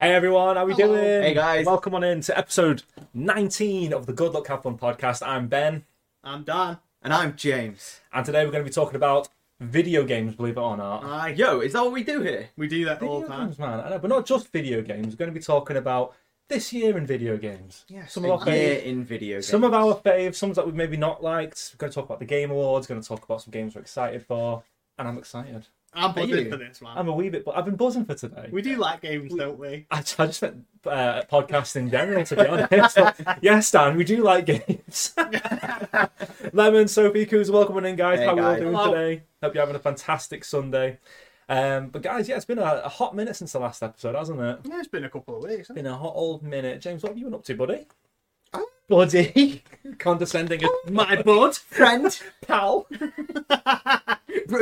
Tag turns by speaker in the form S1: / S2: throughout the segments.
S1: Hey everyone, how we
S2: Hello.
S1: doing?
S3: Hey, guys.
S1: welcome on in to episode 19 of the Good Luck Have Fun podcast. I'm Ben,
S2: I'm Don.
S3: And I'm James.
S1: and today we're going to be talking about video games. Believe it or not,
S2: Aye.
S3: Yo, is that what we do here?
S2: We do that
S1: video
S2: all the time.
S1: games, man. I know, but not just video games. We're going to be talking about this year in video games. some of our
S3: a year
S1: faves,
S3: in video games.
S1: some of our faves, some that we've maybe not liked. We're going to talk about the Game Awards. Going to talk about some games we're excited for, and I'm excited.
S2: I'm buzzing
S3: you?
S2: for this, man.
S1: I'm a wee bit, but I've been buzzing for today.
S2: We do like games, don't we?
S1: I, I just meant uh, podcasts in general, to be honest. But, yes, Dan, we do like games. Lemon, Sophie, Coos, welcome in, guys.
S3: Hey,
S1: How are we all
S3: guys.
S1: doing
S2: Hello.
S1: today? Hope you're having a fantastic Sunday. Um, but, guys, yeah, it's been a, a hot minute since the last episode, hasn't it?
S2: Yeah, it's been a couple of weeks. hasn't
S1: Been a hot old minute. James, what have you been up to, buddy?
S2: Oh.
S1: Buddy, condescending, as- my bud,
S3: friend,
S1: pal,
S3: bro,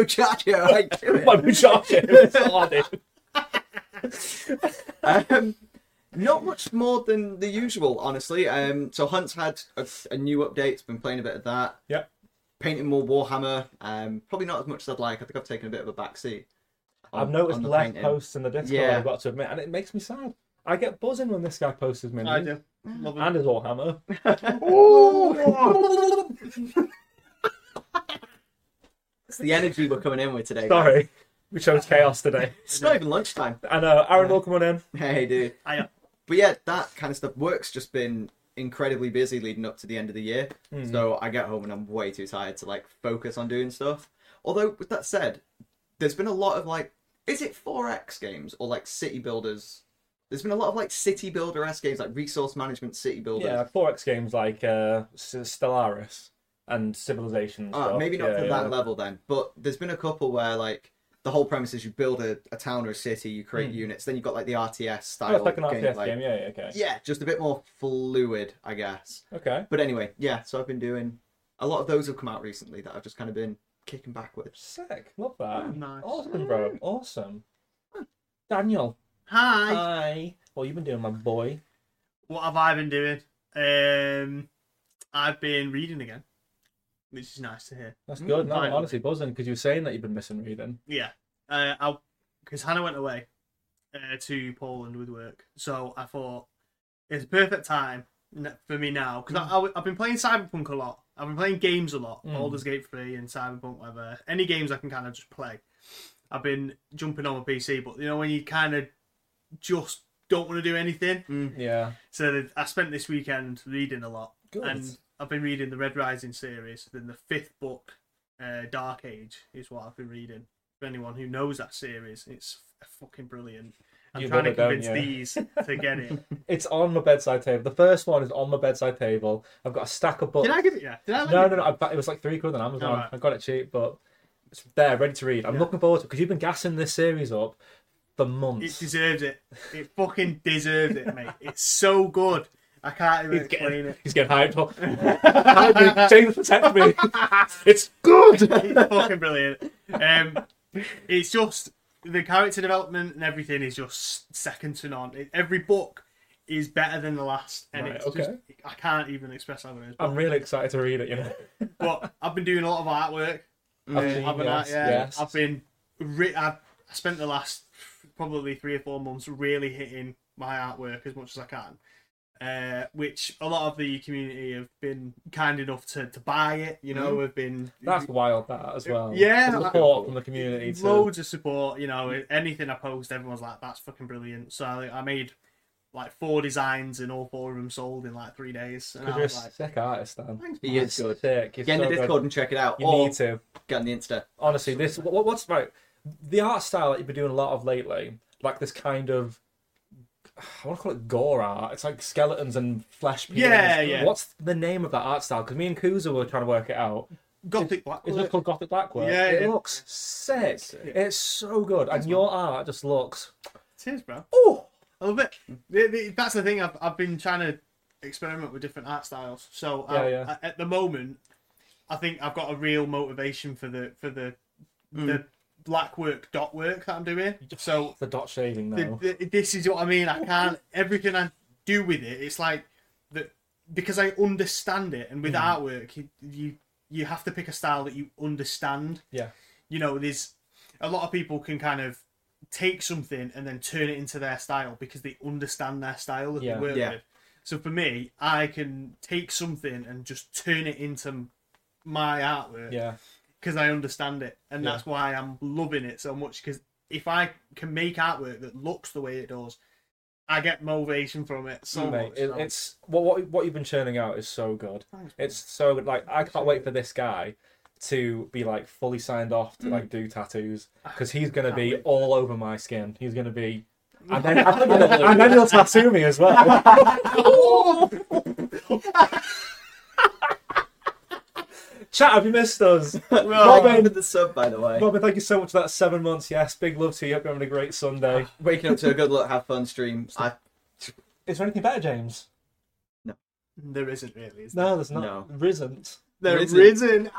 S3: Chacho, how you
S1: my
S3: doing?
S1: muchacho. It's hard, dude.
S3: um, not much more than the usual, honestly. Um, so Hunt's had a, a new update. It's been playing a bit of that.
S1: Yep.
S3: Painting more Warhammer. Um, probably not as much as I'd like. I think I've taken a bit of a backseat. on-
S1: I've noticed
S3: on the
S1: less
S3: painting.
S1: posts in the Discord.
S3: Yeah.
S1: I've got to admit, and it makes me sad. I get buzzing when this guy posts his
S2: it?
S1: minions.
S2: I do. Love
S1: And
S2: it.
S1: his Warhammer.
S3: It's the energy we're coming in with today. guys.
S1: Sorry. We chose chaos today.
S3: It's not even lunchtime.
S1: I know. Aaron will come on in.
S3: Hey, dude.
S2: Aye.
S3: but yeah, that kind of stuff. Work's just been incredibly busy leading up to the end of the year,
S1: Mm-hmm.
S3: so I get home and I'm way too tired to like focus on doing stuff. Although, with that said, there's been a lot of like, is it 4X games or like city builders? There's been a lot of like city builder s games, like resource management city builders.
S1: Yeah, 4X games like uh, S- Stellaris and Civilization. and
S3: Uh,
S1: stuff.
S3: maybe not
S1: Yeah,
S3: to
S1: yeah.
S3: that level then, but there's been a couple where like the whole premise is you build a, a town or a city, you create units, then you've got like the RTS
S1: Oh,
S3: style
S1: Hmm. it's like an RTS
S3: gameplay.
S1: game. Yeah, yeah, okay.
S3: Yeah, just a bit more fluid, I guess.
S1: Okay.
S3: But anyway, yeah, so I've been doing a lot of those have come out recently that I've just kind of been kicking backwards.
S1: Sick. Love that.
S2: Oh, nice.
S1: Awesome, bro. Awesome. Daniel.
S2: Hi.
S1: Hi. What you been doing, my boy?
S2: what have I been doing? Um, I've been reading again, which is nice to hear.
S1: That's
S3: Mm,
S1: good. No, I'm
S2: fine.
S1: honestly buzzing because you were saying that you've been missing reading.
S2: Yeah. Uh, because Hannah went away uh, to Poland with work, so I thought it's a perfect time n- for me now because I, I, have been playing Cyberpunk a lot. I've been playing games a lot,
S1: Mm.
S2: Baldur's Gate Three and Cyberpunk, whatever. Any games I can kind of just play. I've been jumping on my PC, but you know when you kind of just don't want to do anything.
S1: Yeah.
S2: So th- I spent this weekend reading a lot,
S1: Good.
S2: and I've been reading the Red Rising series. Then the fifth book, uh, Dark Age, is what I've been reading. For anyone who knows that series, it's f- fucking brilliant. I'm
S1: You
S2: trying to
S1: love it, don't
S2: convince
S1: you?
S2: these to get it.
S1: It's on my bedside table. The first one is on my bedside table. I've got a stack of books.
S2: Did I give it? Yeah. Did I?
S1: No, no,
S2: let you-
S1: no. I, it was like three quid on Amazon.
S2: Alright.
S1: I got it cheap, but it's there, ready to read. I'm looking forward to it because you've been gassing this series up for
S2: It
S1: months.
S2: deserves it. It fucking deserves it, mate. It's so good. I can't even
S1: He's
S2: explain
S1: getting,
S2: it.
S1: he's getting hyped up. Hype me, James, protect me. It's good.
S2: It's fucking brilliant. Um, it's just the character development and everything is just second to none. It, every book is better than the last, and
S1: Right,
S2: it's just
S1: okay.
S2: I can't even express how good it is.
S1: I'm really excited to read it. You know,
S2: But I've been doing a lot of artwork.
S1: I've
S2: uh,
S1: seen
S2: haven't I?
S1: yours,
S2: Yeah.
S1: Mm. yes.
S2: I've been. Re- I've I spent the last probably three or four months really hitting my artwork as much as I can. Uh, which a lot of the community have been kind enough to, to buy it, you know, have been
S1: Mm. that's wild. That as well.
S2: Yeah,
S1: the
S2: I-
S1: support from the community. To, Mm.
S2: loads of support. You know, anything I post, everyone's like, "That's fucking brilliant." So I, I made like four designs, and all four of them sold in like three days. And I
S1: you're a
S2: was like,
S1: sick artist, Dan.
S2: "Thanks,
S3: He
S2: man."
S3: is good.
S1: Sick. You're
S3: Get in
S1: so
S3: the
S1: good.
S3: Discord and check it out,
S1: You
S3: or
S1: need to.
S3: get on the Insta.
S1: honestly this what, what's right the art style that you've been doing a lot of lately like this kind of I want to call it gore art. It's like skeletons and flesh. peelings.
S2: Yeah, yeah.
S1: What's the name of that art style? Because me and Kuza were trying to work it out.
S2: Gothic Black.
S1: It's just called Gothic Blackwork.
S2: Yeah,
S1: it
S2: yeah.
S1: looks sick.
S2: sick.
S1: It's so good, and your art just looks.
S2: Cheers, bro.
S1: Oh,
S2: I love it. The- the- That's the thing. I've I've been trying to experiment with different art styles. So
S1: Yeah,
S2: I-
S1: yeah.
S2: I- at the moment, I think I've got a real motivation for the for the
S1: Mm.
S2: the black work dot work that I'm doing. So
S1: the dot shading
S2: the-
S1: now.
S2: the- this is what I mean. I can't everything I do with it. It's like that because I understand it, and with artwork, you, you you have to pick a style that you understand.
S1: Yeah.
S2: You know, there's a lot of people can kind of take something and then turn it into their style because they understand their style that
S1: Yeah.
S2: they work
S3: Yeah.
S2: with. So for me, I can take something and just turn it into my artwork
S1: Yeah.
S2: because I understand it, and
S1: Yeah.
S2: that's why I'm loving it so much. Because if I can make artwork that looks the way it does, I get motivation from it so
S1: Mate,
S2: much.
S1: it-
S2: so-
S1: it's what what what you've been churning out is so good.
S2: Thanks,
S1: It's so good. Like I can't wait for this guy to be like fully signed off to like do tattoos because he's gonna
S2: Mm. Ah, Can't
S1: be
S2: wait.
S1: all over my skin. He's gonna be. And then, and, then, and then he'll tattoo me as well. Chat, have you missed us?
S2: Well,
S1: Robin.
S3: Robin with the sub, by the way.
S1: Robin, thank you so much for that seven months. Yes, big love to you. Hope you're having a great Sunday.
S3: Waking up to a good look, have fun stream. I
S1: Is there anything better, James?
S2: there isn't really. Is there?
S1: No, there's not.
S3: No.
S1: Risn't.
S2: There
S3: Risen.
S2: risen.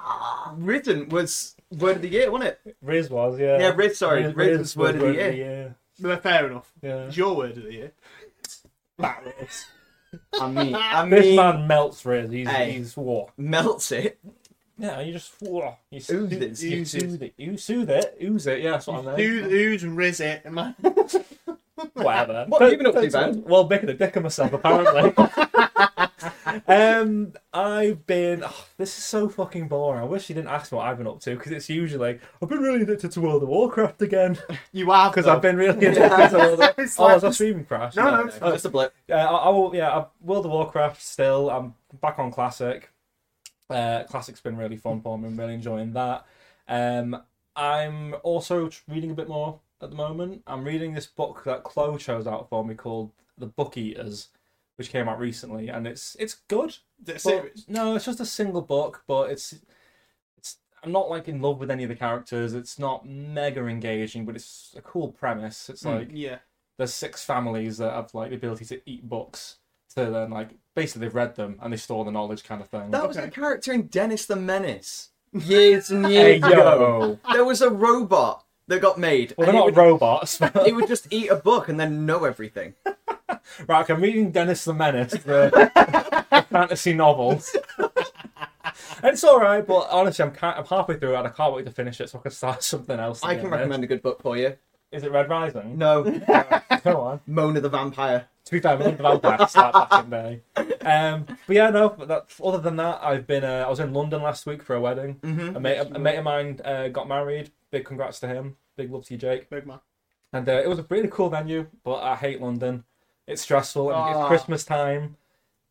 S3: Ridden was word of the year, wasn't it?
S1: Riz was, yeah.
S3: Yeah, Riz, sorry.
S1: Riz-
S3: Riz
S1: Riz
S3: was word of the year.
S2: Well, fair enough.
S1: Yeah.
S2: It's your word of the year.
S3: I mean, I
S1: This
S3: mean,
S1: man melts Riz. He's,
S3: Hey.
S1: he's what?
S3: melts it.
S1: Yeah, you just whoa, you
S3: Oozes.
S1: You
S2: Oozes.
S1: soothe it. You soothe it. Ooze it. Yeah, that's what I meant.
S2: Who, who's riz it? Am I?
S1: Whatever.
S3: What have you been up to,
S1: Don't-
S3: Ben?
S1: Well, making a dick of myself, apparently. um, I've been. oh, this is so fucking boring. I wish you didn't ask me what I've been up to because it's usually I've been really addicted to World of Warcraft again
S2: You have
S1: because
S3: Oh.
S2: though.
S1: I've been really addicted to World of.
S2: It's
S1: Oh,
S2: like-
S1: is that streaming crash?
S2: No, no,
S3: No,
S2: it's
S3: no, just a blip.
S1: Uh, I, I will, yeah, I, World of Warcraft still. I'm back on Classic. Uh, Classic's been really fun for me. I'm really enjoying that. Um, I'm also t- reading a bit more at the moment. I'm reading this book that Chloe chose out for me called The Book Eaters, which came out recently, and it's it's good.
S2: The
S1: but-
S2: series.
S1: no, it's just a single book, but it's it's. I'm not like in love with any of the characters. It's not mega engaging, but it's a cool premise. It's
S3: Mm.
S1: like
S2: Yeah.
S1: there's six families that have like the ability to eat books to then like basically they've read them and they store the knowledge kind of thing.
S3: That was the
S2: Okay.
S3: character in Dennis the Menace years and
S1: Hey,
S3: years ago.
S1: yo.
S3: There was a robot that got made.
S1: Well,
S3: and
S1: they're not
S3: it, would,
S1: robots. But...
S3: it would just eat a book and then know everything.
S1: Right, okay, I'm reading Dennis the Menace, the, the fantasy novels. and it's all right, but honestly, I'm, ca- I'm halfway through it and I can't wait to finish it so I can start something else.
S3: I
S1: again.
S3: can recommend a good book for you.
S1: Is it Red Rising?
S3: No,
S1: Go on.
S3: Mona the Vampire.
S1: To be fair, we the vampire start back in May. Um, but yeah, no. But that, other than that, I've been. Uh, I was in London last week for a wedding.
S3: Mhm.
S1: A mate, a, mate of mine uh, got married. Big congrats to him. Big love to you, Jake.
S2: Big man.
S1: And uh, it was a really cool venue, but I hate London. It's stressful. and
S2: Ah.
S1: It's Christmas time,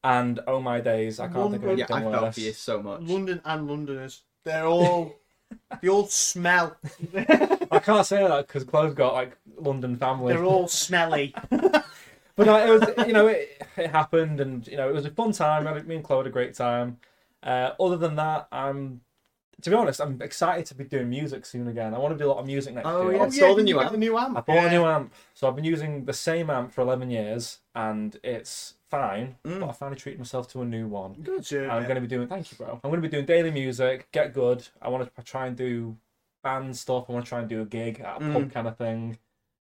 S1: and oh my days, I can't think of
S2: London-
S3: Yeah,
S1: anything
S3: I felt
S1: worse.
S3: for you so much.
S2: London and Londoners. They're all the old smell.
S1: I can't say that because Chloe's got like London family.
S2: They're all smelly.
S1: Oh, but no, it was you know it, it happened and you know it was a fun time and me and chloe had a great time uh, other than that i'm to be honest i'm excited to be doing music soon again i want to do a lot of music next
S3: Oh,
S1: year
S3: yeah. sold a new
S2: you got
S3: amp.
S2: The new amp.
S1: i bought a new amp so i've been using the same amp for 11 years and it's fine
S3: Mm.
S1: but i finally treated myself to a new one
S2: Good job,
S1: I'm
S2: mate.
S1: going to be doing. Thank you, bro. I'm going to be doing daily music. Get good. I want to try and do band stuff. I want to try and do a gig at a
S3: Mm.
S1: pub kind of thing.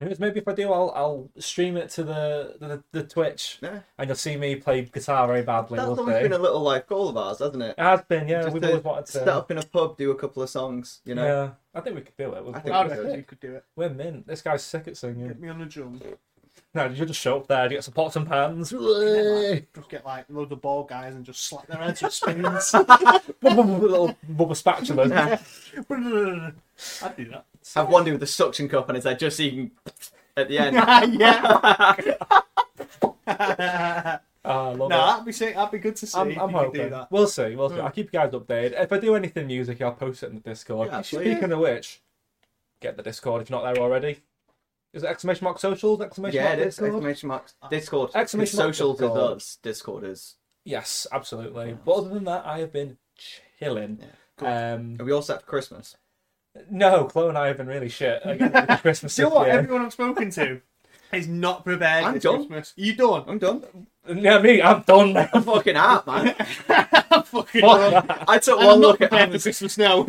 S1: Who knows? Maybe if I do, I'll I'll stream it to the the, the Twitch,
S3: Yeah.
S1: and you'll see me play guitar very badly.
S3: That's
S1: we'll
S3: always
S1: see.
S3: been a little life goal of ours, hasn't it?
S1: It has been, yeah.
S3: Just
S1: we've
S3: to
S1: always wanted to.
S3: set up in a pub, do a couple of songs, you know.
S1: Yeah, I think we could do it. We're,
S3: I think
S2: I
S1: we're,
S2: reckon you
S1: sick.
S2: could do it.
S1: We're mint. This guy's sick at singing.
S2: Get me on a drum.
S1: No, you just show up there, you get some pots and pans.
S2: Just get like loads of ball guys and just slap their heads with spoons.
S1: little rubber spatula.
S2: I'd do that.
S3: Have one dude with a suction cup on his head just so you can at the end.
S2: yeah.
S1: Ah, I love it.
S2: no, that'd be sick. That'd be good to see.
S1: I'm,
S2: if
S1: I'm
S2: you could
S1: hoping.
S2: do that.
S1: We'll see. We'll see. I'll keep you guys updated. If I do anything music, I'll post it in the Discord.
S3: Yeah, absolutely.
S1: Speaking of which, get the Discord if not there already. Is it exclamation mark socials? Exclamation
S3: yeah,
S1: mark
S3: it is.
S1: Discord?
S3: Exclamation marks. Discord.
S1: Exclamation
S3: Exclamation
S1: mark
S3: social
S1: Discord.
S3: is us. Discord is.
S1: Yes, absolutely. But other than that, I have been chilling. um,
S3: Are we all set for Christmas?
S1: no, Chloe and I have been really shit. I get the Christmas
S2: Do you know what?
S1: gift, yeah.
S2: Everyone I've spoken to is not prepared.
S3: I'm
S2: this
S3: done.
S2: Christmas. You done?
S3: I'm done.
S1: Yeah, me. I'm done now.
S3: I'm fucking out, man.
S2: I'm fucking
S3: Fuck
S2: done.
S3: that. I took
S2: I'm
S3: one
S2: not
S3: look at
S2: prepared for
S3: Amazon.
S2: Christmas now.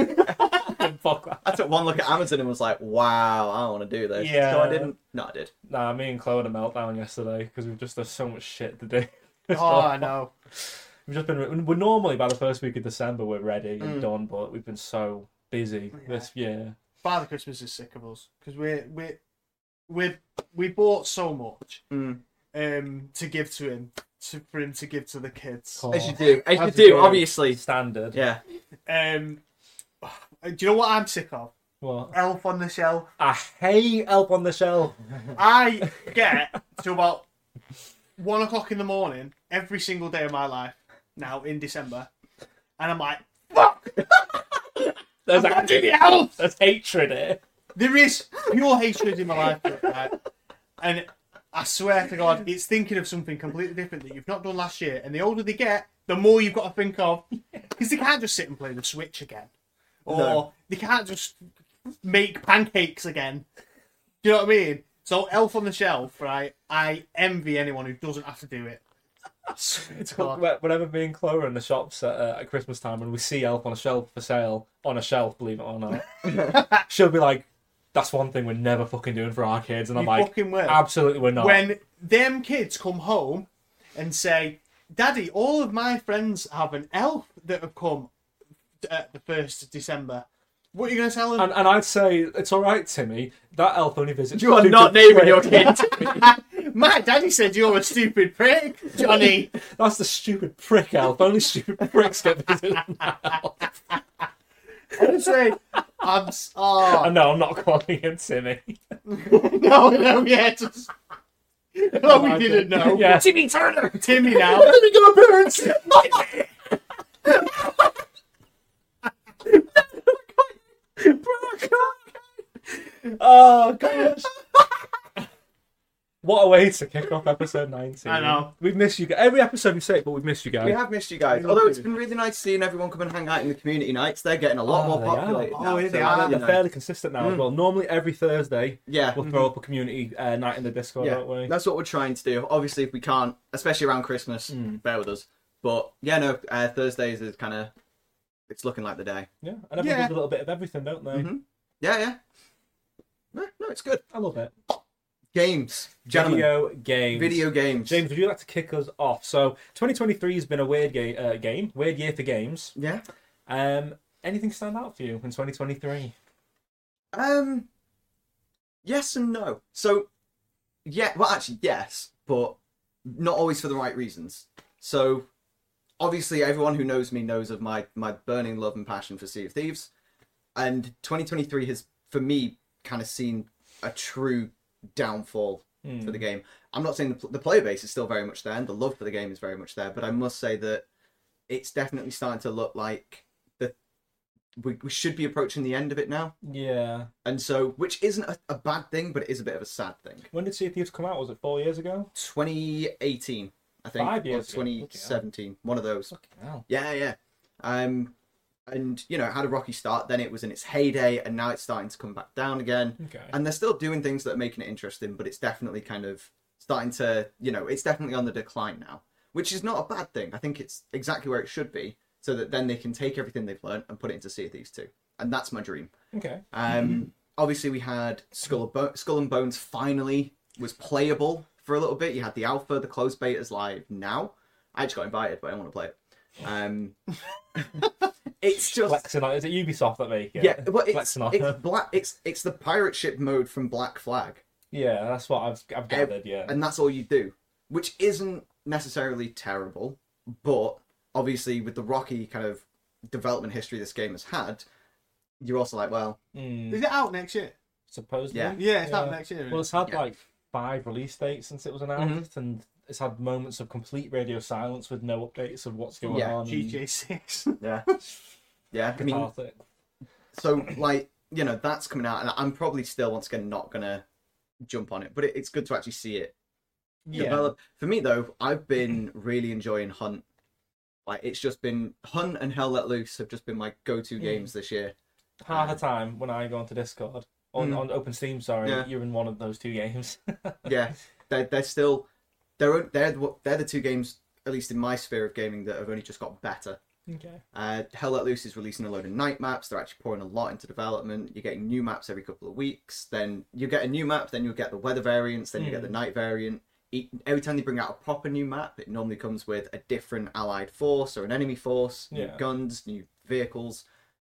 S1: Fuck that.
S3: I took one look at Amazon and was like, "Wow, I want to do this." So
S1: Yeah.
S3: I didn't. No, I did.
S1: Nah, me and Chloe had a meltdown yesterday because we've just there's so much shit to do. It's
S2: oh, I know.
S1: We've just been. We're normally by the first week of December we're ready
S3: Mm.
S1: and done, but we've been so busy this year.
S2: Father Christmas is sick of us because we're we're with we bought so much
S3: Mm.
S2: um to give to him to for him to give to the kids.
S3: As
S1: Oh,
S3: you do, as you
S1: As
S3: do,
S1: you do.
S3: obviously.
S1: standard.
S3: Yeah.
S2: Um, do you know what I'm sick of?
S1: What?
S2: Elf on the shelf.
S1: I hate Elf on the Shelf.
S2: I get to about one o'clock in the morning every single day of my life now in December, and I'm like, fuck,
S1: There's,
S2: I'm
S1: actually-
S2: doing the elf.
S1: there's hatred here.
S2: There is pure hatred in my life, for it, right? and I swear to God, it's thinking of something completely different that you've not done last year. And the older they get, the more you've got to think of, because they can't just sit and play the Switch again, or
S3: No.
S2: they can't just make pancakes again. Do you know what I mean? So Elf on the Shelf, right? I envy anyone who doesn't have to do it. I swear to God.
S1: Wh- Whenever me and Chloe are in the shops at, uh, at Christmas time and we see Elf on a shelf for sale, on a shelf, believe it or not, she'll be like, "That's one thing we're never fucking doing for our kids," and I'm
S2: You
S1: like,
S2: fucking will.
S1: "Absolutely, we're not."
S2: when them kids come home and say, "Daddy, all of my friends have an elf that have come at the first of December." What are you going to tell them?
S1: and, and I'd say it's all right, Timmy. That elf only visits.
S3: You are
S1: two to
S3: not naming
S1: three."
S3: your kid.
S2: my daddy said you're a stupid prick, Johnny.
S1: That's the stupid prick elf. Only stupid pricks get visited.
S2: I say, "I'm s- oh,
S1: no, I'm not calling him Timmy.
S2: no, no, yeah, just no, we didn't know."
S1: Yeah.
S3: Timmy Turner.
S2: Timmy now.
S3: Let me go, parents.
S1: Oh gosh. What a way to kick off episode 19.
S2: I know.
S1: We've missed you guys. Every episode we say it, but we've missed you guys.
S3: We have missed you guys.
S2: We love
S3: Although it's
S2: you.
S3: been really nice seeing everyone come and hang out in the community nights. They're getting a lot
S1: Oh, they are.
S3: more populated.
S2: Oh,
S3: now,
S2: yeah,
S3: so,
S2: they
S3: Hmm.
S2: are.
S3: you
S1: They're
S3: know.
S1: fairly consistent now as well. Normally every Thursday
S3: Yeah.
S1: we'll throw up a community uh, night in the Discord,
S3: Hmm. Yeah,
S1: don't we?
S3: that's what we're trying to do. Obviously, if we can't, especially around Christmas,
S1: Hmm.
S3: bear with us. But yeah, no, uh, Thursdays is kind of it's looking like the day.
S1: Yeah, and everyone
S2: Yeah.
S1: does a little bit of everything, don't they?
S3: Mhm. Yeah, yeah. No, no, it's good.
S1: I love it.
S3: Games, gentlemen, video,
S1: Video games.
S3: games.
S1: James, would you like to kick us off? So 2023 has been a weird ga- uh, game, weird year for games.
S3: Yeah.
S1: Um, anything stand out for you in 2023?
S3: Um. Yes and no. So, yeah. Well, actually, yes, but not always for the right reasons. So, obviously, everyone who knows me knows of my my burning love and passion for Sea of Thieves, and 2023 has, for me, kind of seen a true downfall
S1: Hmm.
S3: for the game. I'm not saying the, pl- the player base is still very much there, and the love for the game is very much there, but I must say that it's definitely starting to look like that we, we should be approaching the end of it now
S1: Yeah.
S3: and so which isn't a, a bad thing but it is a bit of a sad thing
S1: When did Sea of Thieves come out? Was it four years ago?
S3: 2018 i think
S1: Five
S3: or
S1: years ago.
S3: 2017 one of those
S1: Fucking hell.
S3: yeah yeah um and you know it had a rocky start then it was in its heyday and now it's starting to come back down again
S1: Okay.
S3: and they're still doing things that are making it interesting but it's definitely kind of starting to you know it's definitely on the decline now which is not a bad thing i think it's exactly where it should be so that then they can take everything they've learned and put it into sea of thieves 2 and that's my dream
S1: Okay.
S3: Um, Obviously, we had Skull, and Bo- Skull and Bones finally was playable for a little bit. You had the alpha, the closed beta's live now. I just got invited, but I don't want to play it. Um, it's just
S1: Flexing on, is it Ubisoft that make it?
S3: yeah, well, it's,
S1: flexing on.
S3: it's black. It's it's the pirate ship mode from Black Flag,
S1: yeah, that's what I've I've gathered. Yeah.
S3: and that's all you do, which isn't necessarily terrible, but obviously with the rocky kind of development history this game has had, you're also like, well,
S1: Mm,
S2: Is it out next year?
S1: supposedly.
S3: Yeah.
S2: Yeah, it's out
S1: Yeah.
S2: next year. isn't it?
S1: Well, it's had
S3: Yeah. Mm-hmm.
S1: like five release dates since it was announced, and it's had moments of complete radio silence with no updates of what's going
S3: Yeah,
S2: um,
S1: on. and
S2: GJ6.
S3: yeah, yeah. I mean,
S1: cathartic.
S3: so like you know that's coming out and i'm probably still once again not gonna jump on it but it, it's good to actually see it
S1: Yeah.
S3: develop for me though i've been really enjoying hunt like it's just been hunt and hell let loose have just been my go-to games this year
S1: Half the time when I go onto Discord on
S3: Mm.
S1: on Open Steam, sorry,
S3: Yeah.
S1: you're in one of those two games.
S3: yeah they're, they're still they're they're the- they're the two games at least in my sphere of gaming that have only just got better
S1: okay.
S3: Uh, Hell Let Loose is releasing a load of night maps. They're actually pouring a lot into development. You're getting new maps every couple of weeks. Then you get a new map. Then you'll get the weather variants. Then you get the
S1: Hmm.
S3: night variant. E- Every time they bring out a proper new map, it normally comes with a different allied force or an enemy force, new
S1: Yeah.
S3: guns, new vehicles.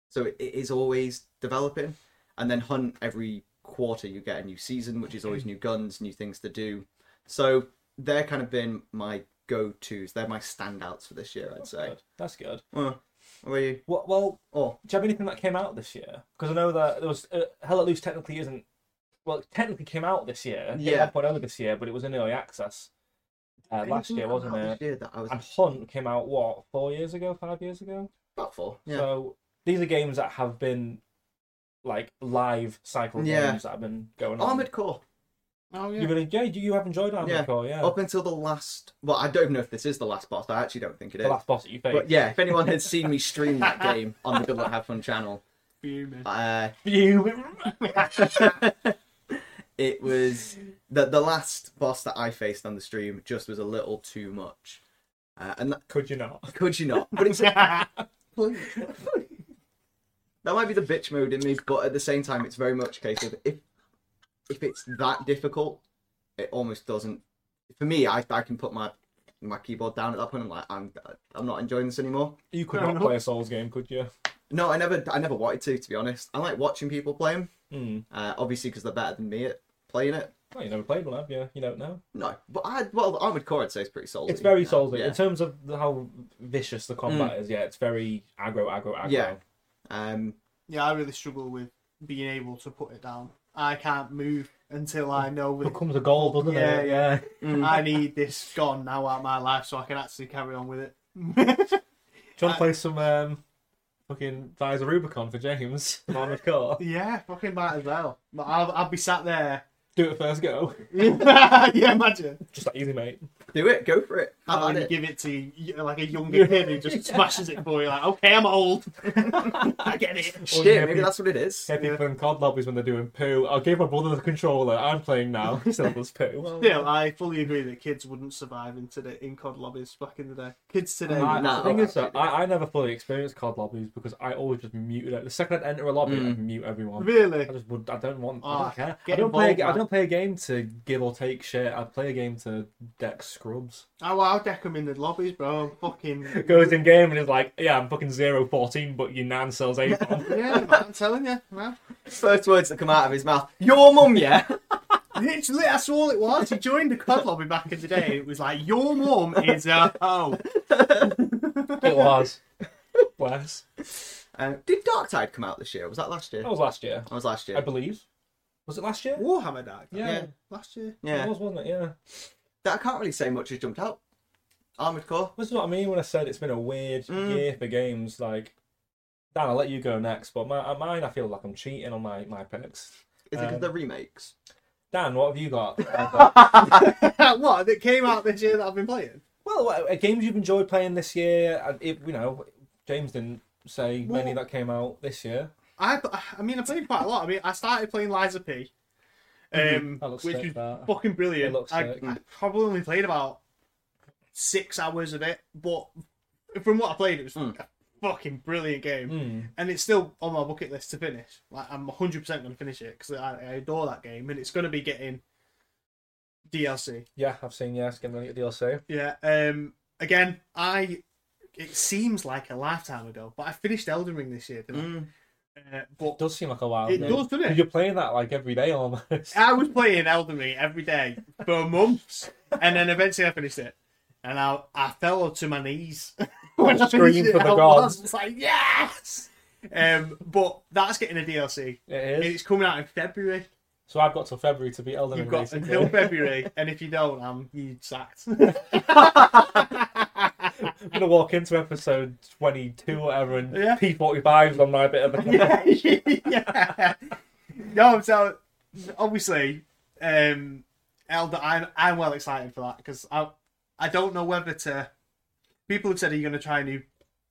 S3: So it, it is always developing. And then Hunt every quarter you get a new season, which is always new guns, new things to do. So they're kind of been my go tos. They're my standouts for this year, I'd say.
S1: Oh, Good. That's good.
S3: Uh, what about you?
S1: Well, well,
S3: Oh,
S1: do you have anything that came out this year? Because I know that there was uh, Hell at Loose technically isn't. Well, it technically came out this year.
S3: Yeah.
S1: One point this year, but it was in early access uh, last
S3: anything
S1: year,
S3: come
S1: wasn't
S3: out
S1: it?
S3: This year that I was
S1: And Hunt came out what four years ago, five years ago.
S3: about for. Yeah.
S1: So these are games that have been like live cycle
S3: Yeah.
S1: games that have been going on.
S3: Armored Core.
S2: Oh
S1: You really, yeah, you you have enjoyed Armored
S3: Yeah.
S1: Core, yeah.
S3: Up until the last, well, I don't even know if this is the last boss. I actually don't think it
S1: the
S3: is.
S1: last boss that you
S3: But
S1: faced.
S3: yeah, if anyone had seen me stream that game on the Good Luck Have Fun channel,
S2: Fuming.
S3: uh,
S1: You-
S3: it was the the last boss that I faced on the stream just was a little too much, uh, and that,
S1: Could you not?
S3: could you not? But it's that might be the bitch mode in me, but at the same time, it's very much a case of if if it's that difficult, it almost doesn't. For me, I I can put my my keyboard down at that point. I'm like, I'm I'm not enjoying this anymore.
S1: You could
S2: Fair
S1: not
S2: enough.
S1: play a Souls game, could you?
S3: No, I never I never wanted to. To be honest, I like watching people play them.
S1: Mm.
S3: Uh, obviously, because they're better than me at playing it.
S1: Well, you never played one, have you? You don't know.
S3: No, but I well, the Armored Core I'd say is pretty solid.
S1: It's very Soulsy.
S3: Yeah. Mm.
S1: In terms of the- how vicious the combat is, yeah, it's very aggro, aggro, aggro.
S3: Yeah. Um,
S2: Yeah, I really struggle with being able to put it down. I can't move until I know
S1: It
S2: that
S1: becomes a goal, doesn't
S2: Yeah,
S1: it? Yeah.
S2: I need this gone now out of my life so I can actually carry on with it.
S1: Do you want to play some um, fucking Thighs of Rubicon for James? Armored Core.
S2: yeah, fucking might as well. But I'll, I'll be sat there.
S1: Do it first go.
S2: yeah, imagine.
S1: Just that easy, mate.
S3: do it, go for it. Have
S2: And
S3: at
S2: you
S3: it.
S2: give it to you know, like a younger kid who just smashes it for you. Like, okay, I'm old. I get it.
S1: Or
S3: Shit,
S1: you have
S3: maybe
S1: you-
S3: that's what it is.
S1: Get people in COD lobbies when they're doing poo. I gave my brother the controller. I'm playing now. He still does poo.
S2: Still, I fully agree that kids wouldn't survive in today in COD lobbies back in the day. Kids today,
S1: I,
S3: No,
S1: the thing is, that
S3: absolutely.
S1: I, I never fully experienced COD lobbies because I always just muted it. The second I'd enter a lobby,
S3: Mm.
S1: I'd mute everyone.
S2: really.
S1: I just would. I don't want. I
S2: Ah,
S1: don't care. I
S2: get
S1: don't play. A,
S2: involved,
S1: ga- I
S2: man.
S1: don't play a game to give or take shit. I play a game to deck scrubs.
S2: Oh, I'll deck them in the lobbies, bro. I'm fucking
S1: Goes in game and is like, yeah, I'm fucking zero fourteen, but your nan sells eight.
S2: Yeah, man, I'm telling you, man.
S3: First words that come out of his mouth. Your mum, yeah.
S2: Literally, that's all it was. He joined the club lobby back in the day. It was like, your mum is a hoe.
S1: it was. Bless.
S3: Uh, did Darktide come out this year? Was that last year?
S1: That was last year,
S3: That was last
S1: Oh. I
S3: year.
S1: believe. Was it last year?
S2: Warhammer Dark.
S1: Yeah.
S3: Yeah.
S2: Last year.
S1: It
S3: Yeah,
S1: was, wasn't it? Yeah.
S3: that I can't really say much has jumped out. Armored Core.
S1: This is what I mean when I said it's been a weird
S3: Mm.
S1: year for games. Like, Dan, I'll let you go next, but my, uh, mine, I feel like I'm cheating on my, my picks.
S3: Is it because
S1: Um,
S3: they're remakes?
S1: Dan, what have you got?
S2: what? That came out this year that I've been playing?
S1: well, uh, games you've enjoyed playing this year. and It, you know, James didn't say many
S2: Well-
S1: that came out this year.
S2: I, I mean, I played quite a lot. I mean, I started playing Liza P, um,
S1: Mm-hmm. That looks
S2: which
S1: sick,
S2: was
S1: that.
S2: fucking
S1: It
S2: brilliant.
S1: looks
S2: I,
S1: sick.
S2: I probably only played about six hours of it, but from what I played, it was
S1: Hmm.
S3: Mm.
S2: a fucking brilliant game.
S1: Mm.
S2: and it's still on my bucket list to finish. Like I'm 100 percent going to finish it because I, I adore that game, and it's going to be getting DLC.
S1: Yeah, I've seen. Yeah, it's getting ready to DLC.
S2: Yeah. Um. Again, I. It seems like a lifetime ago, but I finished Elden Ring this year. Didn't
S3: Mm.
S2: I? Uh, but
S1: Does seem like a while.
S2: it
S1: ago.
S2: does, doesn't
S1: Oh, You're
S2: it?
S1: playing that like every day almost.
S2: I was playing Elden Ring every day for months, and then eventually I finished it, and I I fell to my knees when I
S1: Scream
S2: finished it.
S1: for the
S2: I
S1: gods.
S2: was just like yes. Um. But that's getting a DLC.
S1: It
S2: And
S1: is.
S2: it's coming out in February.
S1: So I've got till February to beat Elden
S2: You've
S1: Ring.
S2: got
S1: basically.
S2: until February, and if you don't, um, you sacked.
S1: I'm gonna walk into episode 22 or whatever, and
S2: Yeah.
S1: P45's on my bit of the.
S2: yeah, yeah. No, so obviously, um, Elder, I'm I'm well excited for that because I I don't know whether to. People have said, "Are you going to try a new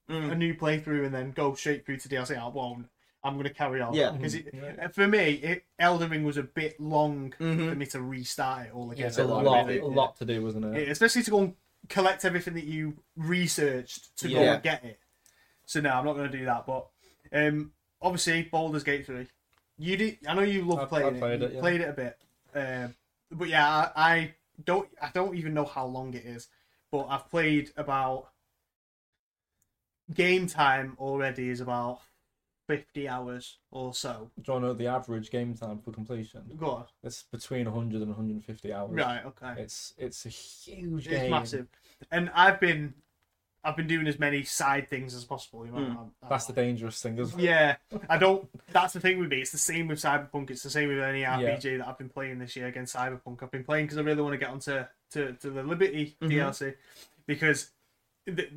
S2: a
S3: Mm.
S2: new playthrough and then go straight through to DLC?" I won't. I'm going to carry on.
S3: Yeah.
S2: because it, uh,
S1: Yeah. Mm-hmm.
S2: for me, it, Elden Ring was a bit long
S3: Mhm.
S2: for me to restart it all
S1: Mm-hmm. Yeah,
S2: again.
S1: it's a
S3: a lot
S1: lot,
S3: of it,
S1: a lot to do, wasn't
S2: Yeah,
S1: it?
S2: especially to go and collect everything that you researched to go
S3: Yeah.
S2: and get it. So no, I'm not going to do that. But um, obviously, Baldur's Gate three. You did. I know you love
S1: I've-
S2: playing
S1: I've
S2: it.
S1: played
S2: You
S1: it, yeah.
S2: Played it a bit. Um, but yeah, I, I don't. I don't even know how long it is. But I've played about game time already is about fifty hours or so.
S1: Do you want to know the average game time for completion?
S2: Go on.
S1: It's between 100 and 150 hours.
S2: Right. Okay.
S1: It's it's a huge
S2: It's
S1: game.
S2: massive, and I've been, I've been doing as many side things as possible. You know,
S1: Hmm.
S2: I'm- I'm-
S1: That's the dangerous thing. As well.
S2: Yeah, I don't. That's the thing with me. It's the same with Cyberpunk. It's the same with any RPG that I've been playing this year against Cyberpunk. I've been playing because I really want to get onto to, to the Liberty
S1: Mm-hmm.
S2: DLC because the,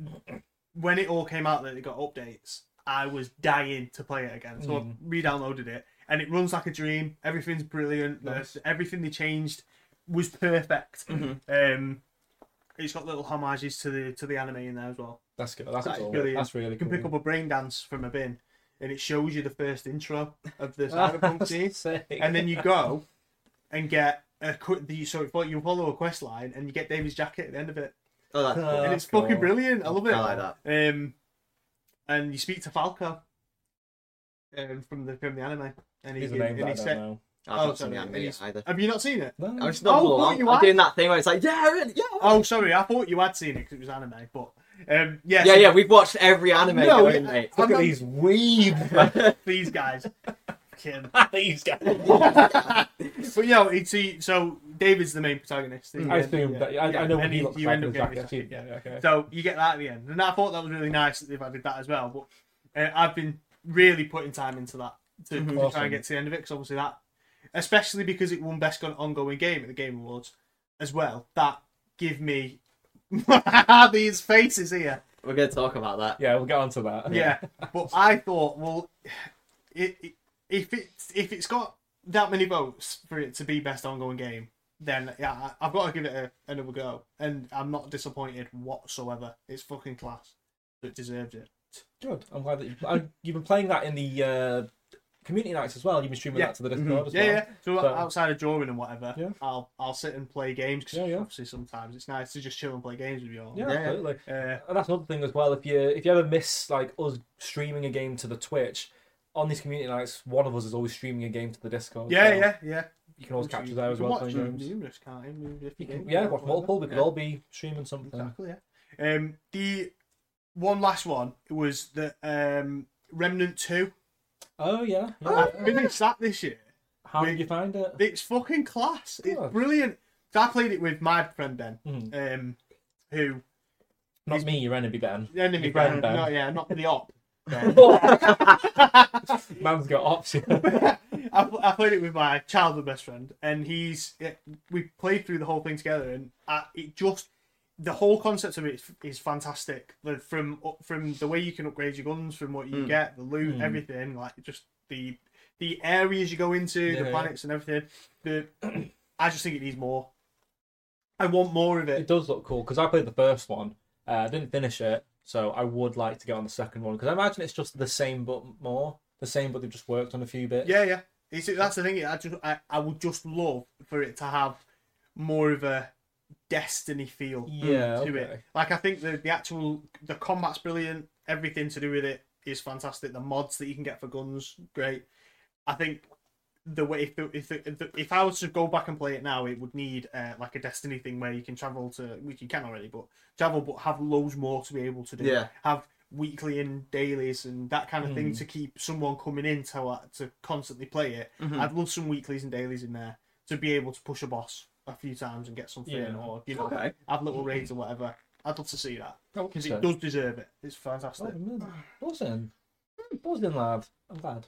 S2: when it all came out that it got updates, I was dying to play it again. So
S1: Mm.
S2: I re-downloaded it, and it runs like a dream. Everything's brilliant. The-
S1: Nice. Mm-hmm.
S2: Everything they changed was perfect.
S3: Mhm.
S2: Um, it's got little homages to the to the anime in there as well
S1: That's good. That's,
S3: That's
S1: cool.
S2: brilliant.
S1: That's really
S2: you can
S1: cool.
S2: pick up a brain dance from a bin and it shows you the first intro of the cyberpunk scene and then you go and get a qu- the so it fo- you follow a quest line and you get David's jacket at the end of it
S3: Oh, that's cool.
S1: Uh,
S2: and it's
S1: cool.
S2: fucking brilliant I love it
S3: I like that.
S2: um and you speak to Falco um, from the from the anime and he,
S1: He's a name
S2: and,
S1: that
S2: and
S1: I
S2: he
S1: don't
S2: said
S1: know.
S3: I've
S2: Oh,
S3: not seen
S2: sorry,
S3: the
S2: and
S3: anime
S2: he's-
S3: yet either.
S2: have you not seen it
S1: No.
S3: I'm just not
S2: Oh,
S3: all
S2: thought
S3: along.
S2: you
S3: I'm
S2: had.
S3: doing that thing where it's like, yeah, I really- yeah.
S2: oh sorry I thought you had seen it because it was anime but um
S3: yeah,
S2: yeah so
S3: yeah. We've watched every anime.
S2: No,
S3: haven't we, mate?
S1: Look at
S2: I'm not-
S1: these weebs.
S2: these guys Fucking-
S1: these guys.
S2: But yeah, it's he, so David's the main protagonist.
S1: Mm. I assume
S2: Yeah.
S1: that. I, I
S2: Yeah,
S1: know what
S2: and
S1: he
S2: he-
S1: looks
S2: you
S1: like.
S2: end
S1: in
S2: up
S1: the
S2: getting
S1: jacket.
S2: his
S1: Yeah, okay.
S2: So you get that at the end, and I thought that was really nice if I did that as well. But uh, I've been really putting time into that to, to try
S1: Mm-hmm. Awesome.
S2: and get to the end of it. Because obviously that, especially because it won best Gon- ongoing game at the Game Awards as well. That give me these faces here.
S3: We're gonna talk about that.
S1: yeah, we'll get onto that.
S2: Yeah, but I thought, well, it, it, if it's if it's got that many votes for it to be best ongoing game, then yeah, I- I've got to give it a, another go, and I'm not disappointed whatsoever. It's fucking class. It deserved it.
S1: Good. I'm glad that you've, I, you've been playing that in the uh, community nights as well. You've been streaming
S2: Yeah. Mm-hmm.
S1: that to the Discord as
S2: Yeah,
S1: well.
S2: yeah. So,
S1: So-
S2: outside of drawing and whatever,
S1: Yeah.
S2: I'll I'll sit and play games because
S1: Yeah, yeah.
S2: obviously sometimes it's nice to just chill and play games with you all.
S1: Yeah,
S3: Yeah.
S1: absolutely.
S2: Uh,
S1: And that's another thing as well. If you if you ever miss like us streaming a game to the Twitch on these community nights, one of us is always streaming a game to the Discord.
S2: yeah,
S1: so
S2: yeah, yeah.
S1: You can always
S2: Obviously,
S1: catch us there
S2: you
S1: as
S2: can
S1: well
S2: watch
S1: playing games.
S2: numerous, can't you? Numerous
S1: You
S2: games,
S1: can, yeah, watch
S2: whatever.
S1: multiple. We could
S3: Yeah.
S1: all be streaming something.
S2: Exactly, yeah. Um, the one last one was the um, Remnant 2.
S1: Oh yeah. yeah.
S2: I finished that this year.
S1: How did
S2: we-
S1: you find it?
S2: It's fucking class. It's
S1: Good.
S2: brilliant. I played it with my friend Ben,
S1: Mhm.
S2: um, who,
S1: Not me, your enemy Ben.
S2: enemy
S1: Your friend
S2: Ben,
S1: Ben.
S2: No, yeah, not the op.
S1: Man's got options.
S2: I, pl- I played it with my childhood best friend, and he's yeah, we played through the whole thing together, and I, it just the whole concept of it is, is fantastic. The, from up- from the way you can upgrade your guns, from what you get, the loot,
S1: Mm.
S2: everything, like just the the areas you go into,
S1: Yeah, yeah.
S2: the planets and everything. The I just think it needs more. I want more of
S1: it
S2: it.
S1: does look cool because I played the first one. Uh, I didn't finish it, so I would like to get on the second one because I imagine it's just the same but more. The same, but they've just worked on a few bits.
S2: Yeah, yeah. It's, that's the thing. I just I, I would just love for it to have more of a destiny feel.
S1: Yeah.
S2: to
S1: Okay.
S2: it. Like I think the the actual the combat's brilliant. Everything to do with it is fantastic. The mods that you can get for guns, great. I think the way if the, if the, if, the, if I was to go back and play it now, it would need uh, like a Destiny thing where you can travel to which you can already, but travel but have loads more to be able to do.
S3: Yeah.
S2: Have weekly and dailies and that kind of thing
S1: Hmm.
S2: to keep someone coming in to uh, to constantly play it.
S1: Mm-hmm.
S3: Mhm.
S2: I'd love some weeklies and dailies in there to be able to push a boss a few times and get something
S1: Yeah.
S2: or you know
S3: Okay.
S2: have little raids or whatever. I'd love to see that because
S1: Okay.
S2: it does deserve it. It's fantastic.
S1: Oh, man. Buzzing. Buzzing, Hmm, lad. I'm glad.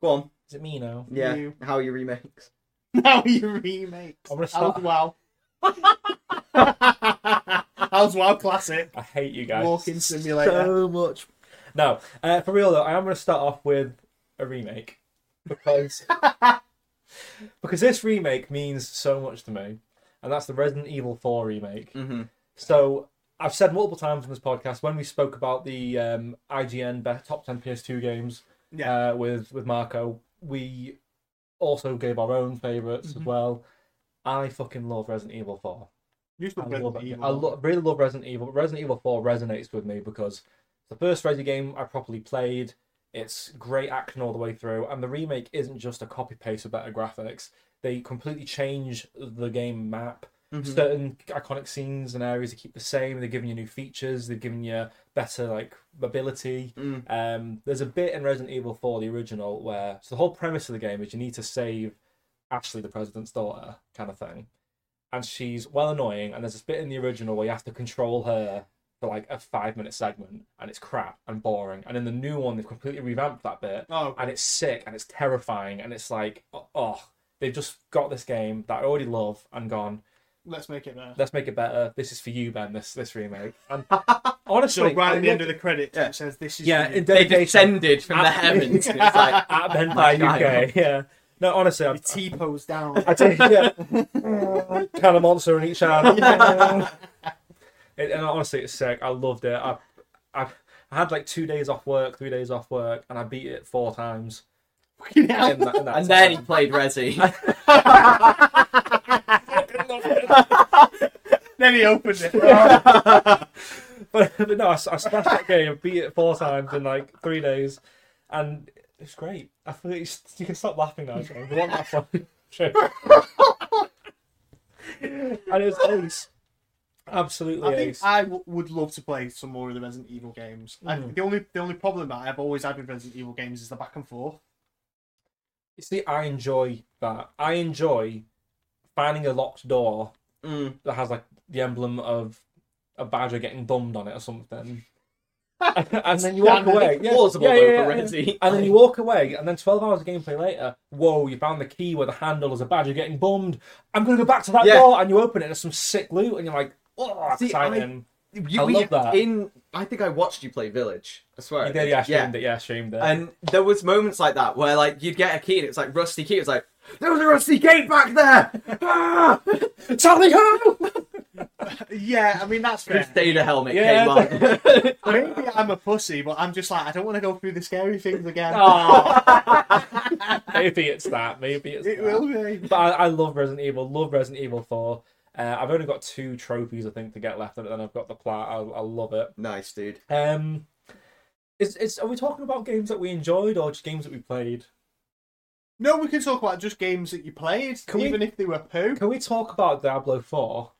S3: Go on.
S1: Is it me now?
S3: Yeah.
S2: You-
S3: How are your remakes?
S2: Now you remake.
S1: I'm gonna start-
S2: Wow. How's Wow classic?
S1: I hate you guys.
S2: Walking simulator.
S3: So much.
S1: No, uh, for real though, I am going to start off with a remake because because this remake means so much to me, and that's the Resident Evil Four remake.
S3: Mm-hmm.
S1: So I've said multiple times in this podcast when we spoke about the um, IGN best, top ten PS2 games
S2: Yeah.
S1: uh, with with Marco, we also gave our own favorites as
S2: Mhm.
S1: well. I fucking love Resident Evil Four.
S2: You still
S1: I
S2: Resident
S1: love it.
S2: Evil.
S1: I lo- really love Resident Evil. but Resident Evil 4 resonates with me because the first Resi game I properly played. It's great action all the way through, and the remake isn't just a copy paste of better graphics. They completely change the game map.
S3: Mm-hmm.
S1: certain iconic scenes and areas they keep the same. They're giving you new features. They're giving you better like mobility.
S3: Mm.
S1: Um, there's a bit in Resident Evil 4, the original, where so the whole premise of the game is you need to save Ashley, the president's daughter, kind of thing. And she's well annoying. And there's this bit in the original where you have to control her for like a five minute segment, and it's crap and boring. And in the new one, they've completely revamped that bit
S2: Oh,
S1: and it's sick and it's terrifying and it's like oh, oh, they've just got this game that I already love and gone
S2: let's make it there.
S1: let's make it better this is for you Ben this this remake and
S2: So
S1: honestly
S2: right
S1: I
S2: at the end
S1: loved-
S2: of the credits,
S3: Yeah.
S2: it says this is
S1: yeah
S2: for you."
S1: in
S3: They
S1: dedication
S3: descended from the heavens. It's like,
S1: at Ben by
S3: God.
S1: UK yeah no honestly I,
S2: Your T pose down.
S1: I take yeah kind of monster in each hand It- and honestly it's sick I loved it I, I I had like two days off work three days off work and I beat it four times
S2: Fucking hell.
S1: in that, in that
S3: and
S1: time.
S3: then he played Resi.
S2: then he opened it.
S1: but, but no, I, s- I smashed that game, beat it four times in like three days, and it's great. I feel like you, s- you can stop laughing now. John. You want that one? Sure. and it's ace, absolutely
S2: I think
S1: ace.
S2: I w- would love to play some more of the Resident Evil games. I,
S1: Mhm.
S2: the only the only problem that I've always had with Resident Evil games is the back and forth.
S1: You See, I enjoy that. I enjoy finding a locked door
S3: Mm.
S1: that has like the emblem of a badger getting bummed on it or something. and then you walk
S2: Standard.
S1: away. Yeah,
S3: Plausible
S1: yeah,
S3: though
S1: yeah,
S3: for
S1: yeah.
S3: Resi.
S1: And then you walk away, and then 12 hours of gameplay later, whoa, you found the key where the handle is a badger getting bummed. I'm going to go back to that
S3: Yeah.
S1: door, and you open it, and there's some sick loot, and you're like, oh,
S3: See,
S1: exciting.
S3: You-
S1: I
S3: we-
S1: love that.
S3: In I think I watched you play Village. I swear. I
S1: you did,
S3: did.
S1: yeah, I streamed it, yeah, I streamed it.
S3: And there was moments like that where like you'd get a key and it was like rusty key. It was like there was a rusty gate back there. Ah!
S1: Charlie, help!
S2: Yeah, I mean that's fair.
S3: Crusader helmet
S1: Yeah.
S3: came on.
S2: Maybe I'm a pussy, but I'm just like I don't want to go through the scary things again.
S1: Oh. Aw. maybe it's that, maybe it's
S2: It
S1: that.
S2: will be.
S1: But I, I love Resident Evil, love Resident Evil 4. Uh, I've only got two trophies, I think, to get left, and then I've got the plat. I, I love it.
S3: nice dude.
S1: Um, is, is, are we talking about games that we enjoyed or just games that we played?
S2: No, we can talk about just games that you played,
S1: Can we-
S2: even if they were poo.
S1: Can we talk about Diablo 4?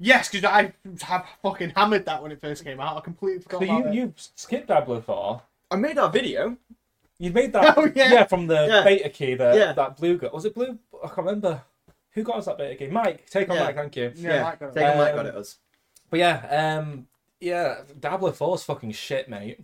S2: Yes, because I have fucking hammered that when it first came out. I completely
S1: So
S2: forgot about
S1: you,
S2: it.
S1: you skipped Diablo 4.
S3: I made our video.
S1: You made that
S2: Oh, yeah.
S1: from the
S3: Yeah.
S1: beta key that
S3: Yeah.
S1: that blue got. Was it blue? I can't remember. Who got us that beta key? Mike, take on
S3: Yeah.
S1: Mike, thank you.
S2: Yeah, Mike got it.
S3: Take a mic
S1: Um,
S3: on it us.
S1: But yeah, um yeah, Diablo 4 is fucking shit, mate.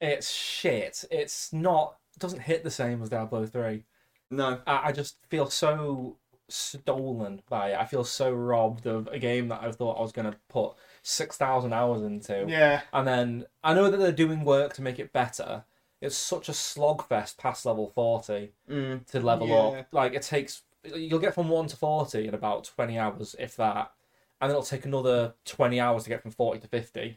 S1: It's shit. It's not it doesn't hit the same as Diablo 3.
S3: No.
S1: I, I just feel so stolen by it. I feel so robbed of a game that I thought I was gonna put six thousand hours into.
S2: Yeah,
S1: And then I know that they're doing work to make it better. It's such a slogfest past level 40
S3: Mm.
S1: to level
S2: Yeah.
S1: up. Like it takes you'll get from 1 to 40 in about 20 hours if that. And then it'll take another 20 hours to get from 40 to 50.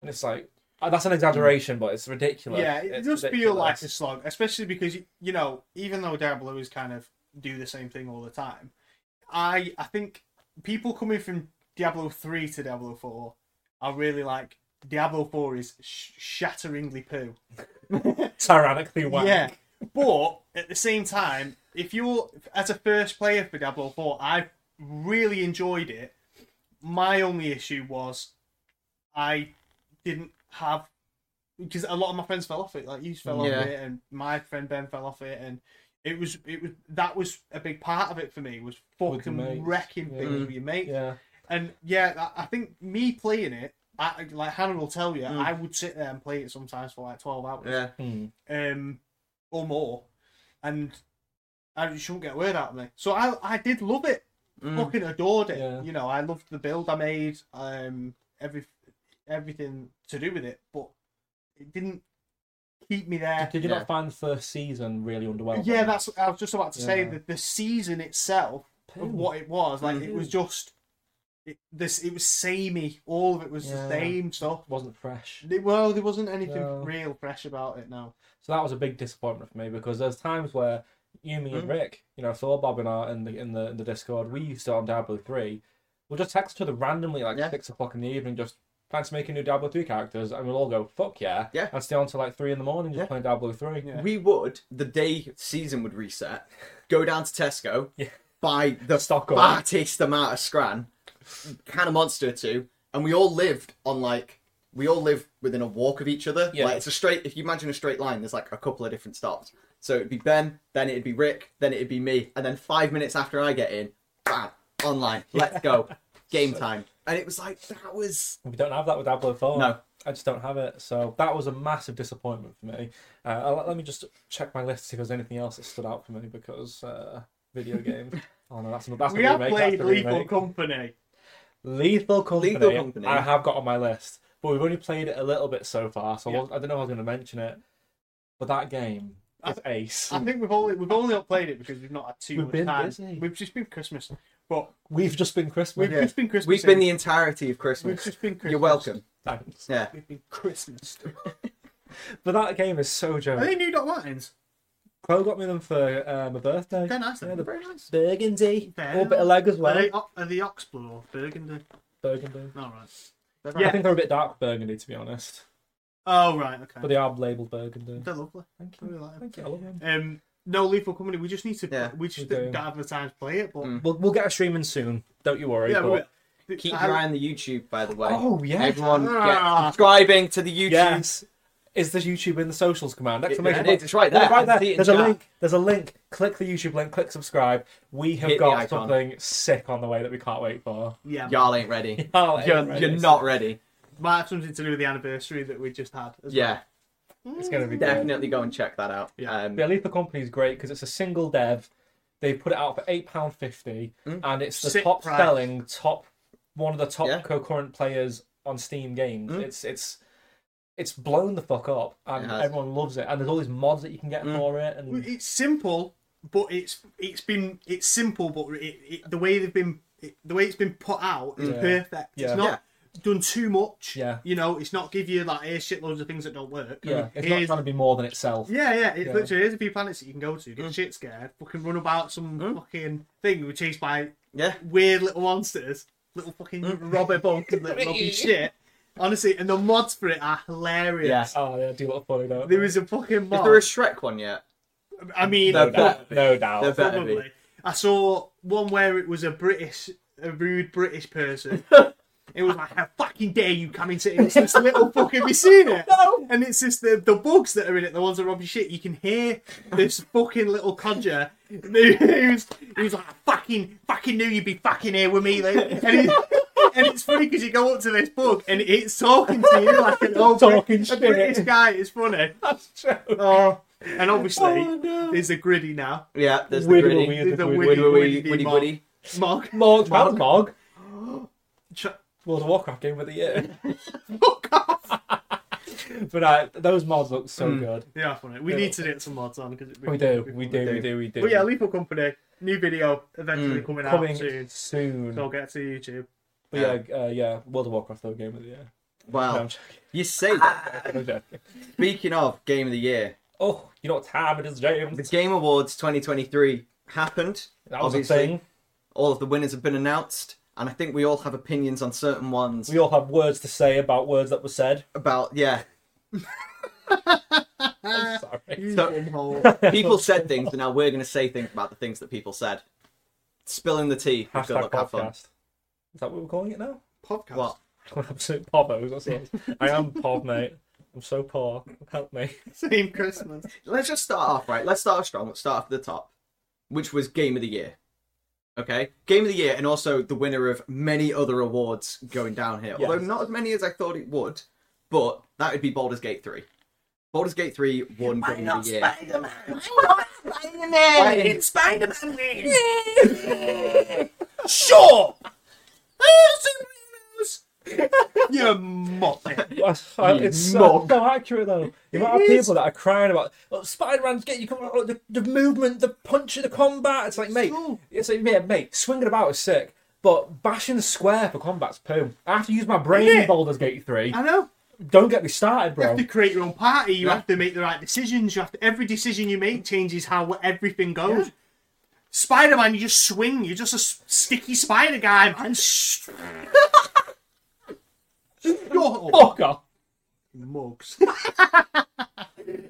S1: And it's like uh, that's an exaggeration, but it's ridiculous.
S2: yeah. It
S1: It's
S2: does feel like a
S1: ridiculous.
S2: slog, especially because you- you know, even though Diablo is kind of do the same thing all the time, I I think people coming from Diablo three to Diablo four are really like Diablo four is sh- shatteringly poo.
S1: tyrannically whack.
S2: Yeah, but at the same time, if you're as a first player for Diablo 4, I really enjoyed it. My only issue was I didn't have because a lot of my friends fell off it. Like you fell
S3: Yeah.
S2: off it, and my friend Ben fell off it, and it was it was that was a big part of it for me was
S1: With your
S2: fucking
S1: mates.
S2: wrecking
S1: Yeah.
S2: things with your mates.
S1: Yeah.
S2: And yeah, I I think me playing it, I, like Hannah will tell you,
S3: Mm.
S2: I would sit there and play it sometimes for like twelve hours
S3: Yeah.
S1: Hmm.
S2: um, or more, and I you shouldn't get a word out of me. So I, I did love it,
S3: Mm.
S2: fucking adored it.
S1: Hmm. Yeah.
S2: You know, I loved the build I made, um, every everything to do with it, but it didn't keep me there.
S1: Did you
S3: Yeah.
S1: not find the first season really underwhelming?
S2: Yeah, that's. I was just about to say
S1: Yeah.
S2: that the season itself of what it was, like it was just it, this. It was samey. All of it was
S1: Yeah.
S2: the same stuff.
S1: wasn't fresh.
S2: It- well, there wasn't anything
S1: No.
S2: real fresh about it. Now,
S1: So that was a big disappointment for me because there's times where you, me, and
S3: Mm.
S1: Rick, you know, Thor, Bob, and I in the in the in the Discord, we used to on Diablo three. We'll just text each other randomly like
S3: Yeah.
S1: six o'clock in the evening, just plan to make a new Diablo three characters, and we'll all go fuck yeah,
S3: Yeah.
S1: and stay on till like three in the morning just
S3: Yeah.
S1: playing Diablo three.
S2: Yeah.
S3: We would the day season would reset, go down to Tesco,
S1: Yeah.
S3: by the
S1: Stock up.
S3: fattest amount of scran, kind of monster too, and we all lived on like we all live within a walk of each other.
S1: Yeah.
S3: Like it's a straight. If you imagine a straight line, there's like a couple of different stops. So it'd be Ben, then it'd be Rick, then it'd be me, and then five minutes after I get in, bam, online. Let's go, game time. And it was like that was
S1: We don't have that with Diablo 4.
S3: No.
S1: I just don't have it. So that was a massive disappointment for me. Uh, I'll- let me just check my list to see if there's anything else that stood out for me because uh, video games. Oh no, that's not that's
S2: We
S1: a
S2: have
S1: remake,
S2: played
S1: that's a
S2: Lethal
S1: remake.
S2: Company.
S1: Lethal Company.
S3: Lethal Company.
S1: I have got on my list, but we've only played it a little bit so far, so I
S2: Yeah.
S1: wasn't- I don't know if I was going to mention it. But that game is ace.
S2: I think we've only we've only not played it because we've not had too
S1: We've
S2: much
S1: been
S2: time.
S1: busy.
S2: We've just been Christmas, but
S1: We've just been Christmas.
S2: we've
S3: Yeah.
S2: just been Christmas.
S3: we've been the entirety of
S2: we've
S3: Christmas.
S2: just been Christmas.
S3: You're welcome.
S1: Thanks.
S3: Yeah.
S2: We've been Christmas.
S1: But that game is so
S2: Are
S1: joke.
S2: they new Doc Martens?
S1: Crow got me them for uh, my birthday.
S2: They're nice.
S1: Yeah,
S2: They're
S1: the-
S2: very nice.
S1: Burgundy.
S2: Fair
S1: Or a bit of leg as
S2: Are
S1: well.
S2: they, o- are they Oxblue or Burgundy?
S1: Burgundy.
S2: All right.
S1: I think they're a bit dark burgundy, to be honest.
S2: Oh right. Okay.
S1: But they are labelled burgundy.
S2: They're lovely.
S1: Thank
S2: I
S1: you.
S2: really like them.
S1: Thank you. I love them.
S2: Um, no Lethal Company. We just need to.
S3: Yeah.
S2: we just
S1: We do.
S2: don't have the time to play it. But
S3: Mm.
S1: We'll, we'll get a stream in soon. Don't you worry.
S2: yeah,
S1: but-
S2: but
S3: Keep
S2: I-
S3: your eye on the YouTube, by the way.
S1: Oh, yeah.
S3: Everyone,
S2: Ah.
S3: get subscribing to the YouTube.
S1: Yes. Is the YouTube in the socials command? Exclamation
S3: it is.
S1: mark.
S3: It's right there.
S1: Oh, right there.
S3: See it in
S1: There's a
S3: chat.
S1: link. There's a link. Click the YouTube link. Click subscribe. We have
S3: Hit the
S1: got
S3: icon.
S1: something sick on the way that we can't wait for.
S2: yeah,
S3: Y'all ain't ready.
S1: Oh,
S3: You're, you're not ready.
S2: might have something to do with the anniversary that we just had. As
S3: Yeah,
S1: It's going to be good.
S3: definitely go and check that out.
S2: Yeah.
S3: Um,
S1: Yeah, Lethal Company is great because it's a single dev. They put it out for eight pound fifty, and it's the
S2: Sick
S1: top
S2: price.
S1: selling, top one of the top
S3: Mm. Yeah. Mm.
S1: concurrent players on Steam games. It's it's it's blown the fuck up,
S3: It
S1: and
S3: has. Mm.
S1: everyone loves it. And there's all these mods that you can get for it,
S2: well.
S1: and
S2: It's simple, but it's it's been it's simple, but it, it, the way they've been it, the way it's been put out is
S1: Yeah.
S2: perfect.
S1: Yeah.
S2: It's not done too much.
S1: Yeah.
S2: you know, it's not give you like here's shitloads of things that don't work.
S1: yeah, it's not
S2: Here's-
S1: trying to be more than itself.
S2: Yeah, yeah, it
S1: Yeah.
S2: literally is a few planets that you can go to,
S3: Mm.
S2: get shit scared, fucking run about some fucking thing, you were chased by
S3: yeah.
S2: weird little monsters, little fucking
S3: Mm.
S2: robber bugs and little robbing shit. Honestly, and the mods for it are hilarious.
S3: Yeah.
S1: Oh, yeah, Oh, do look funny, don't
S2: There
S1: they?
S2: was a fucking
S3: Is
S2: mod.
S3: there a Shrek one yet?
S2: I mean,
S3: No,
S2: pro-
S3: that-
S1: no doubt.
S3: There better be.
S2: probably. I saw one where it was a British, a rude British person. it was like, how fucking dare you come into it? It's this little fuck. Have you seen it?
S1: No.
S2: And it's just the, the bugs that are in it, the ones that rob your shit. You can hear this fucking little codger who's, who's like, I fucking, fucking knew you'd be fucking here with me. Like, and, he, and it's funny because you go up to this bug and it's talking to you like an old
S1: Talking
S2: Brit- a
S1: shit.
S2: British guy. It's funny.
S1: That's true.
S2: Oh, and obviously,
S1: Oh, no.
S2: there's a gritty now.
S3: Yeah, there's the
S1: Widdy
S3: gritty.
S1: Widdy.
S2: There's a
S1: the
S2: Widdy
S3: Widdy,
S1: Widdy
S3: Widdy,
S2: Widdy
S3: Widdy,
S2: Mog.
S3: Widdy.
S2: Mog.
S1: Mog, Mog,
S3: Mog.
S1: Mog,
S2: Ch-
S1: World of Warcraft game of the year.
S2: Fuck off.
S1: but uh, those mods look so good.
S2: Yeah, funny. We
S1: Yeah.
S2: need to get some mods on because
S1: We do, we do, we do, we do. Mm,
S2: But yeah, Lethal Company new video eventually coming,
S1: coming
S2: out soon.
S1: soon.
S2: So I'll get to YouTube.
S1: But yeah, uh, yeah, World of Warcraft though, game of the year. No, I'm
S3: Wow.
S1: joking.
S3: You say that.
S1: I'm joking.
S3: Speaking of Game of the Year,
S1: Oh, you know what time it is,
S3: the
S1: James?
S3: Game Awards 2023 happened.
S1: That was
S3: Obviously,
S1: a thing.
S3: All of the winners have been announced, and I think we all have opinions on certain ones.
S1: We all have words to say about words that were said.
S3: About, yeah,
S1: I'm sorry.
S3: So-
S2: Bunhole.
S3: people said things, and now we're going to say things about the things that people said. Spilling the tea. Good
S1: Hashtag
S3: luck, have fun.
S1: podcast. Is that what we're calling it now?
S2: podcast.
S3: What?
S1: Absolute pobos. That's what I am pob, mate. I'm so poor. Help me.
S2: Same Christmas.
S3: Let's just start off right. Let's start off strong. Let's start off at the top, which was Game of the Year. Okay, Game of the Year, and also the winner of many other awards going down here. Although
S1: Yes.
S3: not as many as I thought it would, but that would be Baldur's Gate three. Baldur's Gate three won Game of the Year.
S2: Spider-Man. Why not Spider-Man?
S3: Why-
S2: It's Spider-Man win.
S3: Sure.
S2: you muppet.
S1: That's- I- it's so,
S3: mug.
S1: so accurate though. The amount of
S2: It is.
S1: people that are crying about oh, Spider-Man's getting you oh, the, the movement, the punch, the combat. It's like mate,
S2: Cool.
S1: it's like yeah, mate, swinging about is sick, but bashing the square for combat's poo. I have to use my brain
S2: Yeah.
S1: in Baldur's Gate three.
S2: I know.
S1: Don't get me started,
S2: You
S1: bro.
S2: have to create your own party. You
S3: Yeah.
S2: have to make the right decisions. You have to. Every decision you make changes how everything goes. Spider Man, you just swing. You're just a s- sticky spider guy, man. Shh. Shut up,
S1: Oh. Fuck off.
S2: mugs.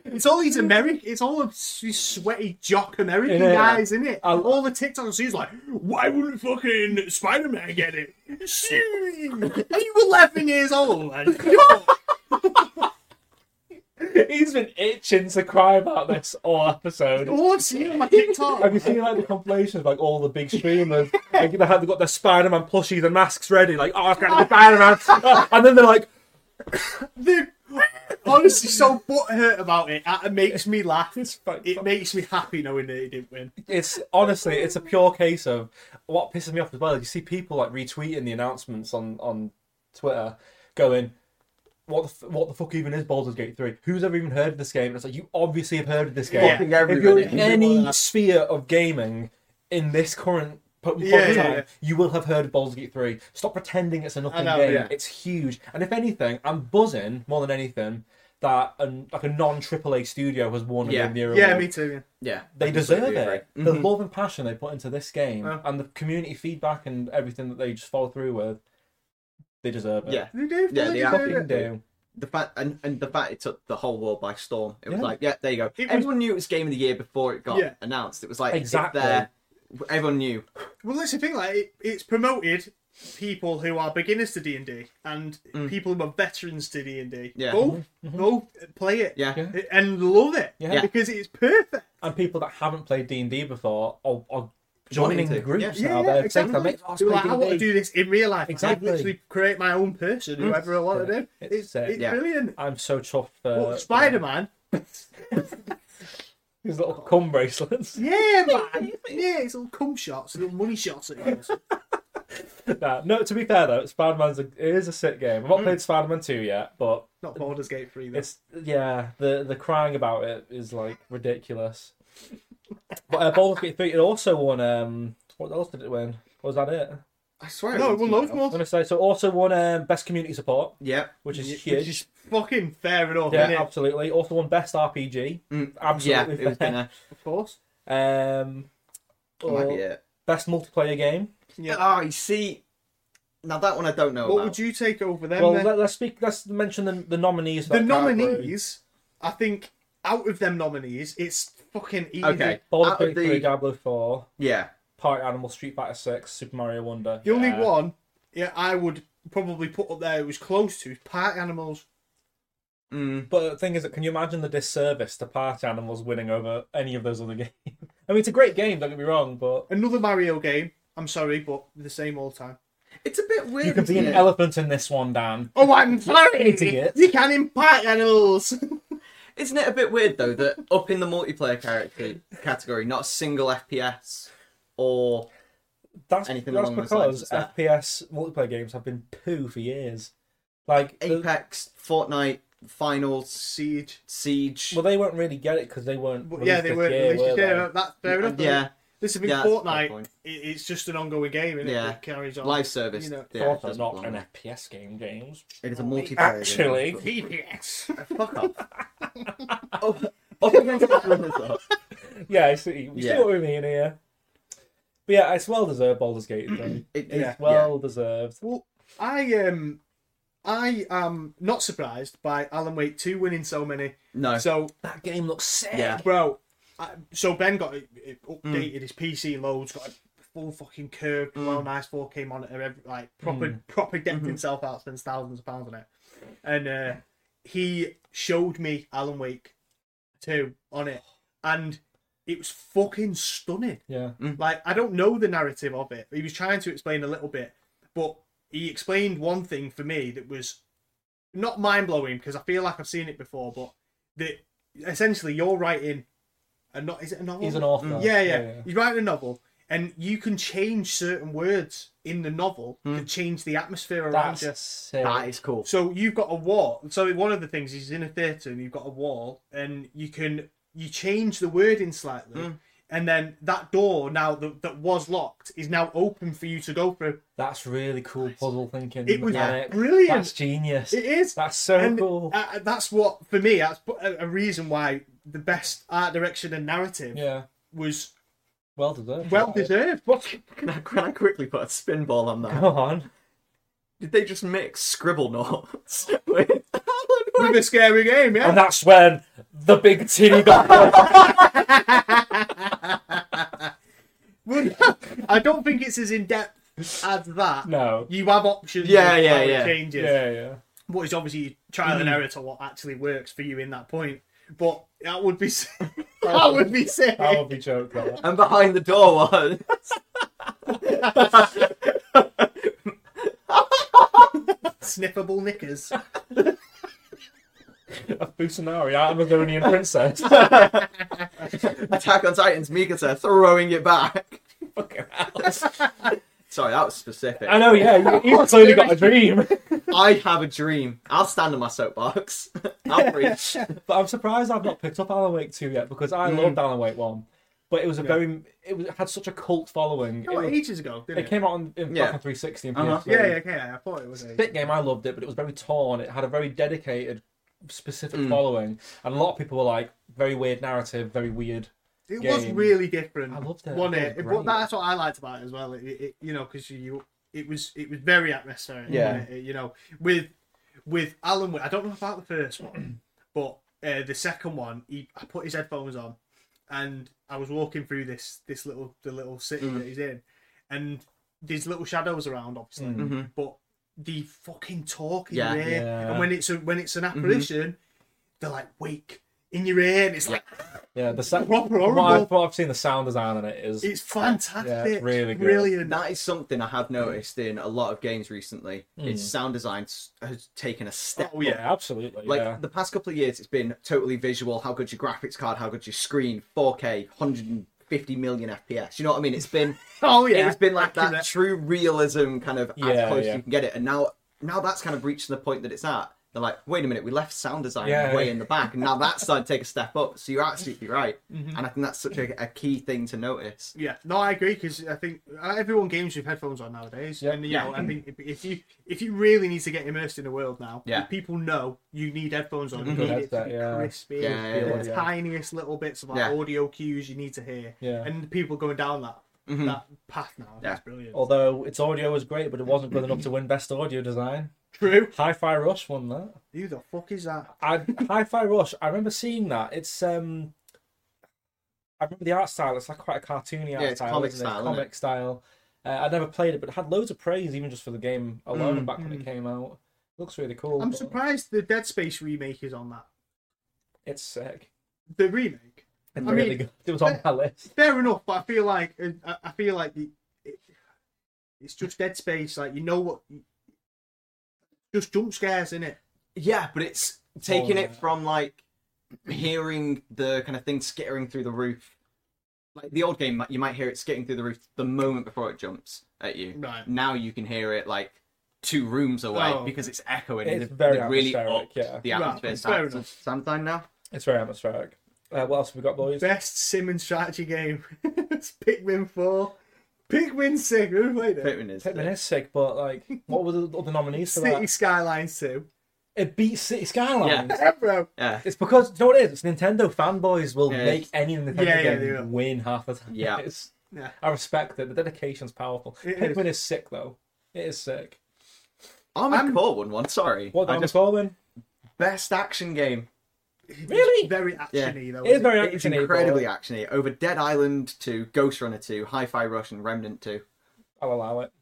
S2: It's all these American, it's all of these sweaty jock American
S1: Innit?
S2: guys, isn't it?
S1: I-
S2: all the TikToks he's like, why wouldn't fucking Spider Man get it? Are you 11 years old, man?
S1: He's been itching to cry about this all episode.
S2: all I've seen on my TikTok.
S1: Have you seen like the compilations of, like all the big streamers? like, they have got their Spider Man plushies and masks ready, like, oh, I've got the Spider Man. and then they're like,
S2: They're honestly so butthurt about it. It makes me laugh.
S1: it's, fine.
S2: It makes me happy knowing that he didn't win.
S1: it's honestly, it's a pure case of what pisses me off as well. is You see people like retweeting the announcements on, on Twitter going, what the, f- what the fuck even is Baldur's Gate 3? Who's ever even heard of this game? And it's like, you obviously have heard of this game.
S2: Yeah.
S3: Fucking
S1: if you're
S3: everybody.
S1: in any sphere of gaming in this current po- point
S2: Yeah,
S1: in
S2: yeah,
S1: time,
S2: yeah.
S1: you will have heard of Baldur's Gate 3. Stop pretending it's a nothing
S2: know,
S1: game.
S3: yeah.
S1: It's huge. And if anything, I'm buzzing more than anything that an, like a non AAA studio has won a
S3: Yeah.
S1: Game of the Year
S2: Yeah,
S1: award.
S2: me too.
S3: Yeah,
S1: They
S3: I
S1: deserve
S3: completely
S1: it.
S3: agree.
S1: The
S3: Mhm.
S1: love and passion they put into this game
S2: Yeah.
S1: and the community feedback and everything that they just follow through with, they deserve it.
S3: Yeah,
S2: Yeah, they do.
S3: Yeah,
S2: they
S3: they
S2: do.
S3: are.
S1: Fucking do.
S3: the fact and, and the fact it took the whole world by storm. It was
S1: Yeah.
S3: like, yeah, there you go.
S2: It was-
S3: everyone knew it was game of the year before it got
S2: Yeah.
S3: announced. It was like it's
S1: Exactly.
S3: there. Everyone knew.
S2: Well, that's the thing. Like, it, it's promoted people who are beginners to D and D and people who are veterans to D and D.
S3: Mm. Yeah.
S2: Go, go, play it.
S3: Yeah.
S1: Yeah.
S2: and love it.
S1: Mm-hmm. Yeah. Yeah.
S2: because it's perfect.
S1: and people that haven't played D and D before are, are joining
S3: to,
S1: the groups
S2: yeah.
S1: now.
S2: Yeah,
S1: They're
S2: exactly.
S1: saying, "Mate, I'll
S2: People are like, "Oh,
S1: play
S2: I want to
S1: D&D."
S2: do this in real life.
S1: Exactly. Mm.
S2: I literally create my own person, whoever I want to do.
S1: It's
S2: It's,
S1: sick. Uh,
S2: it's
S3: Yeah.
S2: brilliant.
S1: I'm so chuffed for
S2: Well, Spider Man.
S1: His little cum bracelets.
S2: Yeah, man. Yeah, it's all cum shots, little money shots. It is.
S1: nah, no, to be fair though, Spider Man's it is a sick game.
S3: Mm.
S1: I've not played Spider Man two yet, but
S2: Not Borders Gate free though.
S1: it's yeah, the the crying about it is like ridiculous. But uh, Baldur's Gate three, it also won. Um, what else did it win? Was that it?
S3: I swear.
S2: No,
S3: it
S2: well,
S3: was
S2: loads
S3: something
S1: I'm
S2: more.
S1: gonna say so. it Also won um, best community support,
S3: Yeah.
S1: which is
S2: Which
S1: huge.
S2: is fucking fair enough,
S1: yeah,
S2: innit?
S1: absolutely. Also won best RPG.
S3: Mm, Yeah,
S1: Absolutely
S3: it was
S1: fair.
S3: gonna.
S2: Of course.
S1: Um,
S3: That might be it.
S1: best multiplayer game.
S2: Yeah.
S3: Oh, you see, now that one I don't know
S2: What
S3: about.
S2: would you take over them?
S1: Well,
S2: then?
S1: let, let's speak. Let's mention the, the nominees. for
S2: the
S1: that category.
S2: nominees, I think, out of them nominees, it's fucking easy.
S3: Okay.
S1: Baldur's
S3: Out of
S1: Gate Three,
S3: the-
S1: Diablo Four,
S3: Yeah.
S1: Party Animal, Street Fighter Six, Super Mario Wonder.
S2: The only
S1: Yeah.
S2: one, yeah, I would probably put up there. It was close to is Park Animals.
S3: Mm.
S1: But the thing is, that can you imagine the disservice to Party Animals winning over any of those other games? I mean, it's a great game. Don't get me wrong, but
S2: Another Mario game. I'm sorry, but the same all the time.
S3: It's a bit weird.
S1: you can be
S3: isn't
S1: an
S3: it?
S1: elephant in this one, Dan.
S2: Oh, I'm sorry.
S1: Idiot.
S2: You can in Park Animals.
S3: Isn't it a bit weird though that up in the multiplayer character category, not a single FPS or
S1: That's
S3: Anything
S1: that's
S3: along those lines,
S1: because
S3: is that-
S1: FPS multiplayer games have been poo for years. Like, the-
S3: Apex, Fortnite, Finals,
S2: Siege.
S3: Siege?
S1: well, they won't really get it because they weren't.
S2: But yeah,
S1: released
S2: they
S1: this
S2: weren't
S1: year,
S2: released.
S1: were
S2: yeah,
S1: they?
S2: that's fair enough.
S3: yeah,
S2: This has been
S3: Yeah, that's a good
S2: Fortnite.
S3: point.
S2: it- It's just an ongoing game, isn't
S3: Yeah.
S2: it? It carries on.
S3: live service.
S2: You know,
S3: yeah,
S1: Of course
S3: that's
S1: they're not
S3: one.
S1: an FPS game, James.
S3: It is a multiplayer. game.
S1: Actually,
S2: Yes.
S3: fuck off. up, up against the winners, though.
S1: Yeah, I see. You see
S3: Yeah.
S1: what we mean here. But yeah, it's well deserved. Baldur's Gate. though.
S3: It-
S1: It's
S2: Yeah.
S1: well deserved.
S2: Well, I um, I am not surprised by Alan Wake two winning so many.
S3: No.
S2: So,
S1: That game looks sick.
S3: Yeah.
S2: bro, I, so Ben got it, it
S3: Hmm.
S2: updated his PC loads, got a full fucking curved,
S3: Hmm.
S2: well nice four K monitor, every, like proper proper decked himself out, spends thousands of pounds on it, and uh, he showed me Alan Wake two on it, and it was fucking stunning.
S1: Yeah.
S2: Like I don't know the narrative of it. He was trying to explain a little bit, but he explained one thing for me that was not mind blowing because I feel like I've seen it before. But that essentially you're writing a not is it a novel?
S1: He's an author.
S2: Yeah, yeah, He's writing a novel, and you can change certain words in the novel to change the atmosphere around
S1: Hmm. That's
S2: you.
S1: sick.
S3: That is cool.
S2: So you've got a wall. So one of the things is in a theatre and you've got a wall and you can you change the wording slightly
S1: Mm.
S2: and then that door now that, that was locked is now open for you to go through.
S1: That's really cool puzzle thinking.
S2: It was
S1: mechanic.
S2: brilliant.
S1: That's genius.
S2: It is.
S1: That's so
S2: and
S1: cool.
S2: uh, that's what for me that's a, a reason why the best art direction and narrative
S1: yeah.
S2: was
S1: Well deserved.
S2: well
S1: right?
S2: deserved. What?
S3: Can I, can I quickly put a spin ball on that?
S1: Come on.
S3: Did they just mix scribble knots with Alan Wake?
S2: With a scary game, yeah.
S1: And that's when the big T got broke.
S2: I don't think it's as in depth as that.
S1: No.
S2: You have options.
S3: Yeah,
S2: of
S3: yeah,
S2: how it
S3: yeah.
S2: Changes.
S1: Yeah, yeah.
S2: But it's obviously trial
S1: Mm.
S2: and error to what actually works for you in that point. But that would be s- that would be sick.
S1: That would be joke. That.
S3: And behind the door was.
S2: Sniffable knickers.
S1: A Busanari, Amazonian princess.
S3: Attack on Titans, Mikasa throwing it back.
S1: Fucking hell.
S3: Sorry, that was specific.
S1: I know, yeah. you- You've clearly got a dream.
S3: I have a dream. I'll stand on my soapbox. I'll preach.
S1: But I'm surprised I've not picked up Alan Wake 2 yet because I
S2: Mm.
S1: loved Alan Wake 1. But it was a very, it, was, it had such a cult following. It,
S2: Oh,
S1: was-
S2: ages ago, didn't
S1: it
S2: it?
S1: came out on, in,
S3: Yeah.
S1: back on 360 and PS3.
S3: Uh-huh.
S2: Yeah, yeah, okay. I thought it was ages.
S1: Bit game, I loved it, but it was very torn. It had a very dedicated, specific
S3: Mm.
S1: following. And a lot of people were like, very weird narrative, very weird.
S2: It was
S1: game.
S2: really different.
S1: I loved it.
S2: Wasn't
S1: I thought
S2: it?
S1: it was
S2: But
S1: great.
S2: that's what I liked about it as well. It, it you know, because you, it was, it was very atmospheric.
S3: Yeah.
S2: wasn't it? You know, with, with Alan, Wake- I don't know about the first one, but uh, the second one, he, I put his headphones on, and I was walking through this, this little, the little city
S3: Mm.
S2: that he's in, and there's little shadows around, obviously,
S1: Mm-hmm.
S3: Mhm.
S2: but the fucking talk in
S3: Yeah. Mm-hmm.
S2: your ear,
S1: Yeah.
S2: and when it's a, when it's an apparition, they're like wake in your ear, and it's like
S1: Yeah, the sound.
S2: Proper
S1: What,
S2: horrible.
S1: I've- what I've seen the sound design on it is.
S2: It's fantastic.
S1: Yeah, it's really good.
S2: Brilliant.
S3: That is something I have noticed in a lot of games recently. It's sound design s- has taken a step.
S2: Oh, yeah.
S3: up.
S1: yeah, absolutely.
S3: Like
S1: yeah.
S3: the past couple of years, it's been totally visual. How good your graphics card? How good your screen? 4K, 150 million FPS. You know what I mean? It's been
S2: Oh yeah,
S3: it's been like that
S2: Accurate.
S3: true realism kind of as
S1: Yeah,
S3: close as
S1: yeah.
S3: you can get it. And now now that's kind of reaching the point that it's at. They're like, wait a minute, we left sound design
S1: Yeah.
S3: way in the back, and now that's starting to take a step up. So you're absolutely right, and I think that's such a, a key thing to notice.
S2: Yeah, no, I agree because I think uh, everyone games with headphones on nowadays,
S1: Yeah.
S2: and you
S3: Yeah.
S2: know, I think if, if you if you really need to get immersed in the world now,
S3: Yeah. Mm-hmm.
S2: people know you need headphones on. You
S1: Mhm.
S2: need it to
S1: Headset,
S2: be
S1: yeah.
S2: crispy,
S3: Yeah, yeah,
S2: the
S1: yeah, yeah.
S2: tiniest little bits of like,
S3: Yeah.
S2: audio cues you need to hear,
S1: Yeah.
S2: and people going down that
S3: Mhm.
S2: that path now.
S3: Yeah.
S2: That's brilliant.
S1: Although its audio was great, but it wasn't good enough to win Best Audio Design.
S2: True.
S1: Hi-Fi Rush won that.
S2: Who the fuck is that?
S1: I Hi-Fi Rush. I remember seeing that. It's um, I remember the art style. It's like quite a cartoony art
S3: Yeah, it's
S1: style,
S3: comic
S1: isn't it?
S3: style, isn't
S1: Comic style. Uh, I never played it, but it had loads of praise even just for the game alone
S3: Mm,
S1: back when it came out. Looks really cool.
S2: I'm
S1: but
S2: surprised the Dead Space remake is on that.
S1: It's sick.
S2: The remake.
S1: It's
S2: I
S1: really
S2: mean,
S1: good. It was on my list.
S2: fair enough, but I feel like I- I feel like it, it, it's just Dead Space. Like you know what, just jump scares in it.
S3: Yeah, but it's taking it
S1: yeah.
S3: from like hearing the kind of thing skittering through the roof. Like the old game, you might hear it skittering through the roof the moment before it jumps at you.
S2: Right.
S3: Now you can hear it like two rooms away
S2: Oh.
S3: because it's echoing.
S1: It's
S3: They've-
S1: very
S3: they've really
S1: atmospheric,
S3: upped
S1: yeah.
S3: the
S2: Right,
S3: atmosphere.
S2: fair
S3: sound-
S2: enough.
S3: sometime now.
S1: It's very atmospheric. Uh, what else have we got, boys?
S2: Best Simmons strategy game. it's Pikmin Four, Pikmin Six. Who played it?
S3: Pittman is.
S1: Pikmin is sick, but like, what were the other nominees for
S2: City
S1: that?
S2: Skylines Two.
S1: It beats City Skylines.
S3: Yeah.
S2: Yeah, bro.
S3: Yeah.
S1: It's because you know what it is. It's Nintendo fanboys will
S3: Yeah.
S1: make any Nintendo
S2: Yeah, yeah, they
S1: game
S2: will.
S1: win half the time.
S3: Yeah.
S1: It's-
S2: Yeah.
S1: I respect it. The dedication's powerful.
S2: It
S1: Pikmin is. sick though. It is sick.
S3: Armored
S2: I'm-
S3: Core won one. Sorry.
S1: What
S3: I
S1: I'm
S3: just
S1: calling?
S3: best action game.
S1: Really?
S2: Very actiony though.
S1: It is
S2: isn't
S1: very
S3: It's
S1: actiony,
S3: incredibly
S1: but
S3: actiony. Over Dead Island 2, Ghost Runner 2, Hi-Fi Rush, and Remnant 2.
S1: I'll allow it.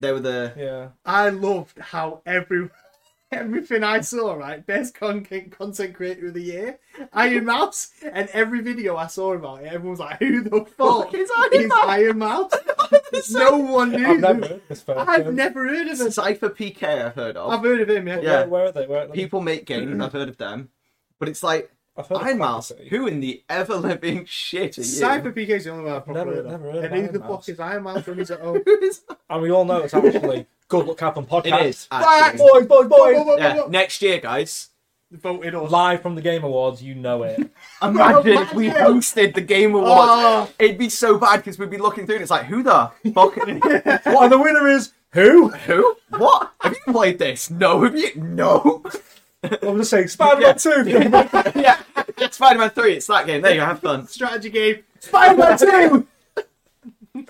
S3: They were the
S1: Yeah.
S2: I loved how every everything I saw, right, best content content creator of the year, Iron Mouse, and every video I saw about it, everyone was like, "Who the fuck
S3: is Iron Mouse?"
S2: Iron Mouse?" no one knew.
S1: I've never
S2: them.
S1: heard this film.
S2: I've never heard of him.
S3: Cypher PK. I've heard of.
S2: I've heard of him. Yeah,
S3: Yeah.
S1: Where, where are they? Where are they?
S3: People make games. I've heard of them, but it's like
S1: I've heard of
S3: Iron Mouse.
S1: Fantasy.
S3: Who in the ever living shit are you?
S2: Cyber PK is the only one I've probably
S1: never-
S2: heard of.
S1: never heard of
S2: and who
S1: Iron
S2: the
S1: Mouse.
S2: fuck is Iron Mouse when he's at home?
S3: Who is-
S1: And we all know it's actually Good Luck Happen podcast.
S3: It is.
S2: Fuck!
S3: actually.
S1: Boys, boys, boys!
S2: Whoa, whoa, whoa,
S3: Yeah.
S2: whoa.
S3: Next year, guys.
S2: Voted us.
S1: Live from the Game Awards, you know it.
S3: Imagine if we hosted the Game Awards.
S2: Oh.
S3: It'd be so bad because we'd be looking through and it's like, who the fuck?
S1: what? And the winner is who?
S3: who? What? Have you played this? No, have you? No.
S1: I'm just saying, Spider-Man 2!
S3: yeah. Spider Man 3, it's that game. There you go, have fun.
S2: Strategy game.
S1: Spider-Man 2!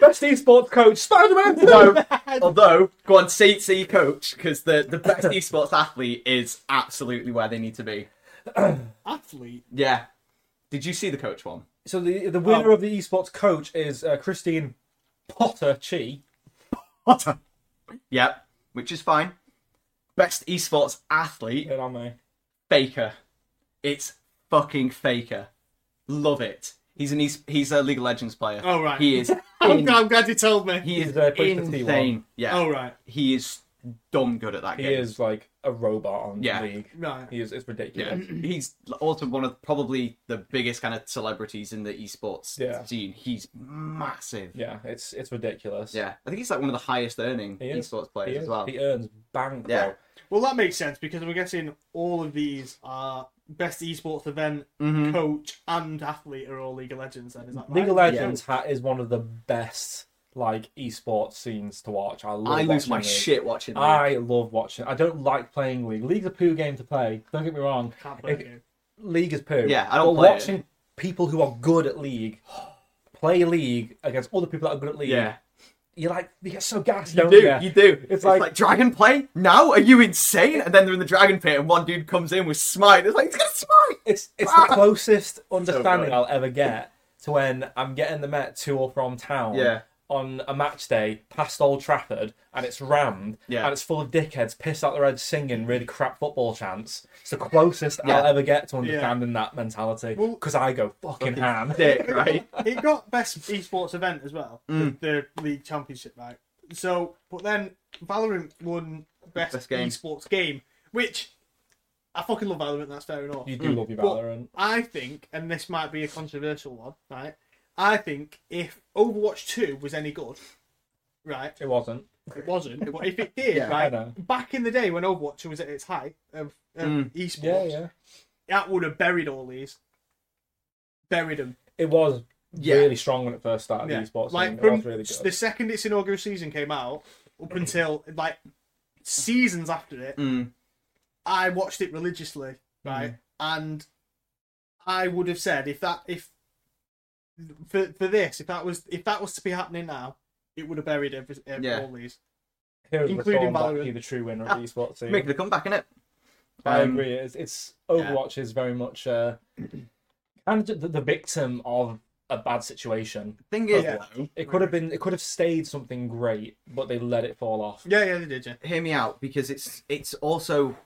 S1: Best esports coach, Spider-Man 2!
S3: Although, although go on, see, see, coach, because the, the best esports athlete is absolutely where they need to be.
S2: athlete.
S3: Yeah. Did you see the coach one?
S1: So the the
S3: Oh.
S1: winner of the esports coach is uh, Christine Potter Chi.
S2: What? A...
S3: Yep. Which is fine. Best esports athlete,
S1: Good on me.
S3: Faker. It's fucking Faker. Love it. He's an es- he's a League of Legends player.
S2: Oh, right.
S3: He is.
S2: I'm,
S3: in-
S2: glad- I'm glad you told me.
S3: he is
S1: He's, uh, played for T1.
S3: insane. Yeah.
S2: Oh right,
S3: He is dumb good at that
S1: He
S3: game.
S1: is like a robot on
S3: Yeah.
S1: league.
S2: right.
S1: He is. It's ridiculous.
S3: Yeah, he's also one of probably the biggest kind of celebrities in the esports
S1: Yeah.
S3: scene. He's massive.
S1: Yeah, it's it's ridiculous.
S3: Yeah, I think he's like one of the highest earning
S1: He is.
S3: esports
S1: he,
S3: players
S1: is.
S3: as well.
S1: he earns bank.
S3: Yeah.
S1: Bro.
S2: Well, that makes sense because we're guessing all of these are best esports event
S3: Mhm.
S2: coach and athlete are all League of Legends. Then is that right?
S1: Mm-hmm. League of Legends ha- is one of the best like esports scenes to watch. I love
S3: I lose
S1: watching
S3: my
S1: League.
S3: shit watching that.
S1: I love watching. I don't like playing League. League's a poo game to play. Don't get me wrong.
S2: Can't play
S1: If-
S2: the game.
S1: League is poo.
S3: Yeah, I don't
S1: But
S3: play it.
S1: watching people who are good at League play League against other people that are good at League.
S3: yeah,
S1: You're like you get so gassed,
S3: you
S1: don't
S3: do,
S1: ya?
S3: you do. It's, like,
S1: like-
S3: dragon play now. Are you insane? And then they're in the dragon pit, and one dude comes in with smite. It's like it's gonna smite.
S1: It's it's
S3: Ah!
S1: the closest understanding
S3: good.
S1: I'll ever get to when I'm getting the Met to or from town
S3: Yeah.
S1: on a match day past Old Trafford and it's rammed
S3: Yeah.
S1: and it's full of dickheads pissed out their heads singing really crap football chants. It's the closest
S3: Yeah.
S1: I'll ever get to understanding that mentality because I go fucking ham.
S3: Dick, right?
S2: it got best esports event as well,
S1: Mm.
S2: the, the league championship, right? So, but then Valorant won best,
S3: Best game.
S2: esports game, which I fucking love Valorant. That's fair enough.
S1: You do
S3: Mm.
S1: love your
S2: But
S1: Valorant.
S2: I think, and this might be a controversial one, right? I think if Overwatch Two was any good, right,
S1: It wasn't.
S2: it wasn't. But if it did,
S3: Yeah,
S1: I
S2: right,
S1: know.
S2: back in the day when Overwatch was at its height of, of
S3: Mm.
S2: esports,
S1: Yeah, yeah.
S2: that would have buried all these, buried them.
S1: It was
S3: Yeah.
S1: really strong when it first started
S2: Yeah.
S1: the esports.
S2: like
S1: scene. it
S2: from
S1: was really
S2: the
S1: good.
S2: second its inaugural season came out up until like seasons after it,
S3: Mm.
S2: I watched it religiously, right?
S1: Mm.
S2: And I would have said if that if for for this if that was if that was to be happening now, it would have buried every, every
S3: Yeah.
S2: all these.
S1: Heroes
S2: including
S1: including
S2: Valorant. Ah,
S1: the true winner of the esports scene.
S3: Making the comeback in it.
S1: I
S3: Um,
S1: agree. It's, it's Overwatch is very much uh, kind of the, the victim of a bad situation.
S3: Thing is, uh,
S2: Yeah.
S3: though,
S1: It could have been. It could have stayed something great, but they let it fall off.
S2: Yeah, yeah, they did. Yeah,
S3: hear me out because it's it's also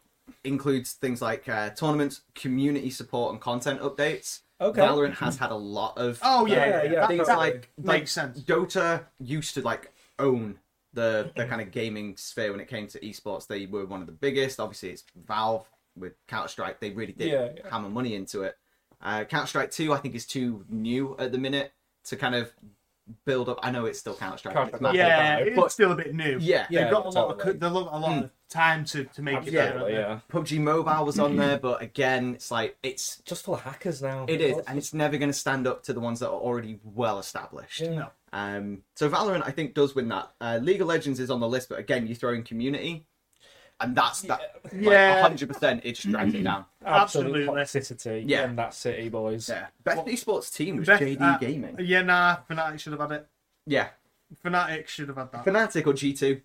S3: includes things like uh, tournaments, community support, and content updates.
S1: Okay.
S3: Valorant has had a lot of.
S2: Oh, yeah,
S3: uh,
S2: yeah, yeah,
S3: that-
S1: definitely.
S3: that's like like
S2: makes sense.
S3: Dota used to like own the the kind of gaming sphere when it came to esports. They were one of the biggest. Obviously, it's Valve with Counter Strike. They really did
S1: Yeah, yeah.
S3: hammer money into it. Uh, Counter Strike Two, I think, is too new at the minute to kind of build up. I know it's still Counter Strike.
S1: Counter-Strike.
S3: It's massive.
S2: Yeah,
S1: but-
S2: it's still a bit new.
S3: yeah,
S1: Yeah,
S2: they've got a lot of
S1: totally.
S2: co- they've got a
S3: Hmm.
S2: lot of time to to make it better.
S1: Absolutely,
S2: haven't they?
S1: yeah.
S3: PUBG Mobile was on there, but again, it's like it's
S1: Just full of hackers now.
S3: It is, and it's never going to stand up to the ones that are already well established.
S1: Yeah.
S2: No.
S3: Um, so Valorant, I think, does win that. Uh, League of Legends is on the list, but again, you throw in Community, and that's that.
S2: Yeah.
S3: Yeah, hundred percent, it just drags it down.
S1: absolute
S2: Absolutely.
S1: toxicity.
S3: Yeah.
S1: in that city, boys.
S3: Yeah, best esports team was
S2: Best-
S3: JD
S2: uh,
S3: Gaming.
S2: Yeah, nah, Fnatic should have had it.
S3: Yeah,
S2: Fnatic should have had that.
S3: Fnatic or G two.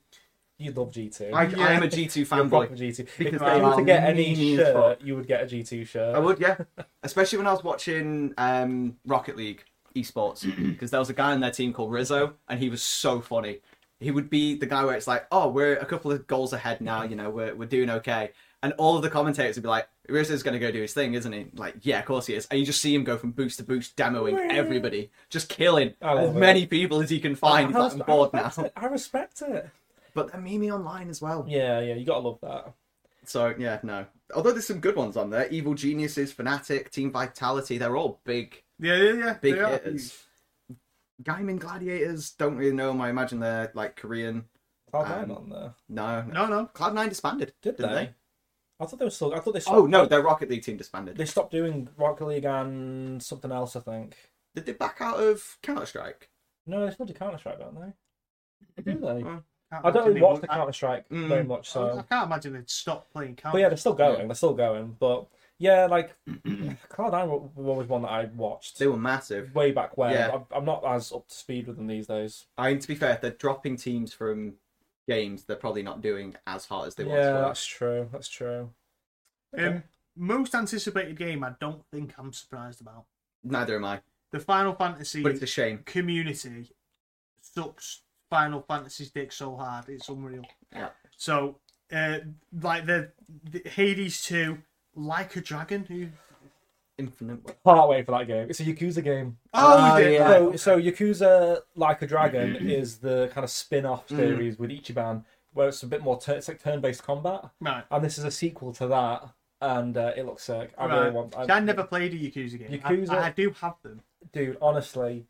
S1: You love G two.
S3: I,
S2: Yeah.
S3: I am a G two
S1: You're proper
S3: fanboy.
S1: G2. If
S3: Because
S1: you
S3: they
S1: were
S3: are
S1: to get any
S3: mean as fuck.
S1: shirt, you would get a G2 shirt.
S3: I would, yeah, especially when I was watching um, Rocket League esports because there was a guy on their team called Rizzo, and he was so funny. He would be the guy where it's like, oh, we're a couple of goals ahead now, you know, we're, we're doing okay. And all of the commentators would be like, Rizzo's going to go do his thing, isn't he? Like, yeah, of course he is. And you just see him go from boost to boost, demoing everybody, just killing
S1: I
S3: as
S1: love it.
S3: many people as he can find. He's
S1: I
S3: like, I'm
S1: respect-
S3: bored
S1: I
S3: now.
S1: respect it. I respect it.
S3: But they're Mimi online as well.
S1: Yeah, yeah, you gotta love that.
S3: So, yeah, no. Although there's some good ones on there Evil Geniuses, Fnatic, Team Vitality, they're all big
S2: Yeah, yeah, yeah.
S3: big
S2: they are huge.
S3: hitters. Gaiman Gladiators, don't really know them. I imagine they're like Korean.
S1: Cloud
S3: Um,
S1: Nine on there.
S3: No, no.
S2: No, no.
S3: Cloud9 disbanded,
S1: Did
S3: didn't
S1: they?
S3: they?
S1: I thought they were still. I thought they. Stopped,
S3: Oh no, their Rocket League team disbanded.
S1: They stopped doing Rocket League and something else. I think.
S3: Did they back out of Counter Strike?
S1: No, they still do Counter Strike, don't they? Do they?
S3: Mm.
S1: I don't really
S2: imagine
S1: watch the
S2: they would-
S1: Counter Strike
S3: Mm.
S1: very much,
S2: I, I
S1: so.
S2: can't imagine they'd stop playing
S1: But
S2: Counter.
S1: yeah, they're still going. They're still going. But yeah, like Cloud Nine was always one that I watched
S3: They were massive.
S1: way back when.
S3: Yeah.
S1: I'm- I'm not as up to speed with them these days.
S3: I mean, to be fair, if they're dropping teams from games. They're probably not doing as hard as they
S1: yeah,
S3: once
S1: that's true. That's true.
S2: Um, most anticipated game. I don't think I'm surprised about
S3: Neither am I.
S2: the Final Fantasy
S3: But it's a shame.
S2: community sucks Final Fantasy's dick so hard. It's unreal.
S3: Yeah.
S2: So, uh, like the, the Hades two, like a dragon. Who?
S3: Infinite. Wealth.
S1: Can't wait for that game. It's a Yakuza game.
S2: Oh,
S3: Ah,
S2: we did.
S3: yeah.
S2: right,
S1: So, Uh, so Yakuza Like a Dragon is the kind of spin-off
S2: Mm.
S1: series with Ichiban, where it's a bit more tur it's like turn-based combat,
S2: right.
S1: and this is a sequel to that, and uh, it looks sick. I really
S2: right.
S1: want.
S2: See, I never played a Yakuza game. I-
S1: Yakuza-
S2: I, do have them.
S1: dude, honestly,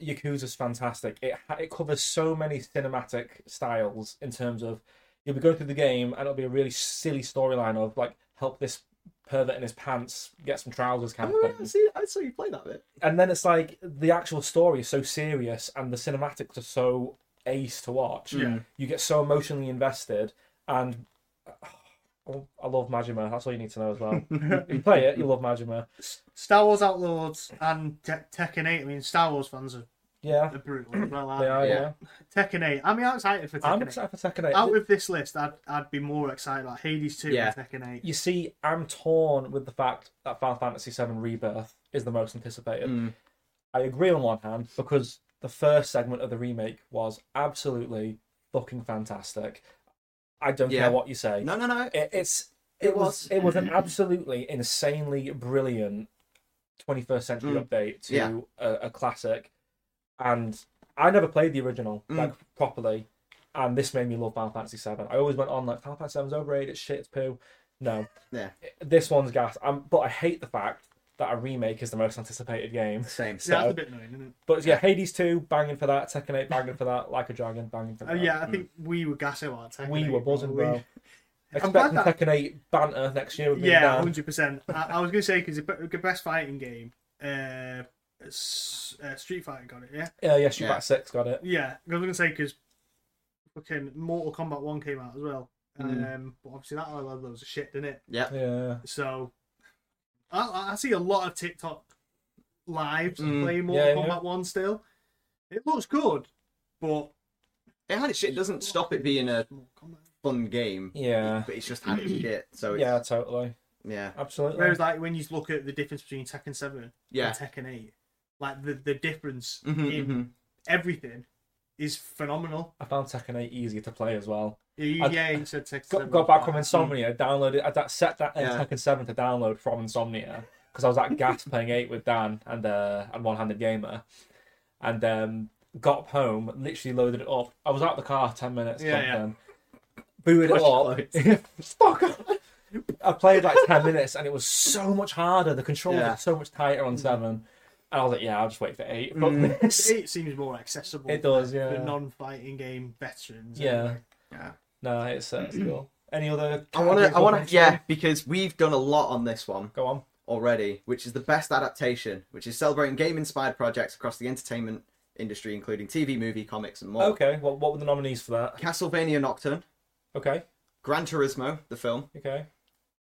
S1: Yakuza's fantastic. It ha- it covers so many cinematic styles in terms of you'll be going through the game and it'll be a really silly storyline of like help this pervert in his pants get some trousers kind
S3: Oh,
S1: of
S3: yeah,
S1: thing.
S3: see, I saw you play that bit.
S1: And then it's like the actual story is so serious and the cinematics are so ace to watch.
S2: Yeah.
S1: You get so emotionally invested and oh, I love Majima. That's all you need to know as well. if you play it, you love Majima.
S2: Star Wars Outlaws and Te- Tekken 8. I mean, Star Wars fans are,
S1: Yeah.
S2: are brutal as well. Aren't
S1: They are,
S3: Yeah.
S1: yeah.
S2: they? Tekken 8. I'm excited for Tekken
S1: I'm
S2: 8.
S1: excited for Tekken 8.
S2: Out of this list, I'd, I'd be more excited about Hades 2
S3: Yeah.
S2: and Tekken 8.
S1: you see, I'm torn with the fact that Final Fantasy VII Rebirth is the most anticipated.
S3: Mm.
S1: I agree on one hand because the first segment of the remake was absolutely fucking fantastic. I don't
S3: Yeah.
S1: care what you say.
S3: No, no, no.
S1: It, it's it,
S3: It
S1: was
S3: was.
S1: it was an absolutely insanely brilliant 21st century
S3: Mm.
S1: update to
S3: Yeah.
S1: a, a classic, and I never played the original
S3: Mm.
S1: like properly, and this made me love Final Fantasy VII. I always went on like Final Fantasy VII's overrated, it's shit, it's poo. No,
S3: Yeah.
S1: this one's gas. Um, but I hate the fact that a remake is the most anticipated game.
S3: Same.
S2: Yeah, that's
S1: so-
S2: a bit annoying, isn't it?
S1: But yeah, Hades two banging for that, Tekken eight banging for that, Like a Dragon banging for
S2: Uh,
S1: that.
S2: yeah, I think we were gassing about Tekken
S1: Mm. we
S2: 8,
S1: were buzzing,
S2: probably.
S1: bro.
S2: I'm
S1: Expecting
S2: glad that-
S1: Tekken eight banter next year. With me and
S2: Yeah,
S1: Dan.
S2: hundred percent. I, I was gonna say because the be- the best fighting game, uh, S- uh, Street Fighter got it. Yeah,
S1: Yeah, yeah, Street
S3: Yeah.
S1: Fighter Six got it.
S2: yeah. I was gonna say because fucking Mortal Kombat One came out as well.
S3: Mm.
S2: Um, but obviously that all had loads of shit, didn't it?
S3: Yeah.
S1: Yeah,
S2: So I- I, I see a lot of TikTok lives
S3: Mm.
S2: playing Mortal
S1: Yeah,
S2: Kombat
S1: yeah.
S2: One still. It looks good, but
S3: It had its shit. It doesn't stop it being a
S2: Mortal Kombat.
S3: fun game.
S1: yeah,
S3: But it's just had its shit. So it's,
S1: yeah, totally,
S3: yeah,
S1: absolutely.
S2: Whereas, like, when you look at the difference between Tekken 7
S3: yeah.
S2: and Tekken 8, like, the, the difference
S1: Mm-hmm,
S3: Mhm,
S2: in
S3: mhm.
S2: everything is phenomenal.
S1: I found Tekken eight easier to play as well.
S2: You,
S1: I-
S2: yeah, you said Tekken
S1: Got,
S2: 7.
S1: got back from Insomnia, downloaded, I da- set that uh,
S3: Yeah.
S1: Tekken seven to download from Insomnia because I was at gas playing eight with Dan and uh, and one handed gamer, and um, got up home, literally loaded it up. I was out the car ten minutes.
S2: Yeah, yeah.
S1: something. Booted it
S3: Push
S1: up. Fuck off. I played like ten minutes and it was so much harder. The controls
S3: Yeah.
S1: were so much tighter on seven. And I was like, yeah, I'll just wait for eight. Fuck
S3: Mm.
S1: this.
S2: 8 seems more accessible
S1: It does,
S2: for
S1: yeah.
S2: non fighting game veterans.
S1: Yeah.
S2: anyway.
S3: Yeah.
S1: No, it's uh, it's cool. Any other?
S3: I want
S1: categories
S3: to. I
S1: we'll
S3: want
S1: mention?
S3: to. Yeah, because we've done a lot on this one
S1: Go on.
S3: already, which is the best adaptation, which is celebrating game-inspired projects across the entertainment industry, including TV, movie, comics, and more.
S1: Okay. Well, what were the nominees for that?
S3: Castlevania Nocturne,
S1: Okay.
S3: Gran Turismo, the film,
S1: Okay.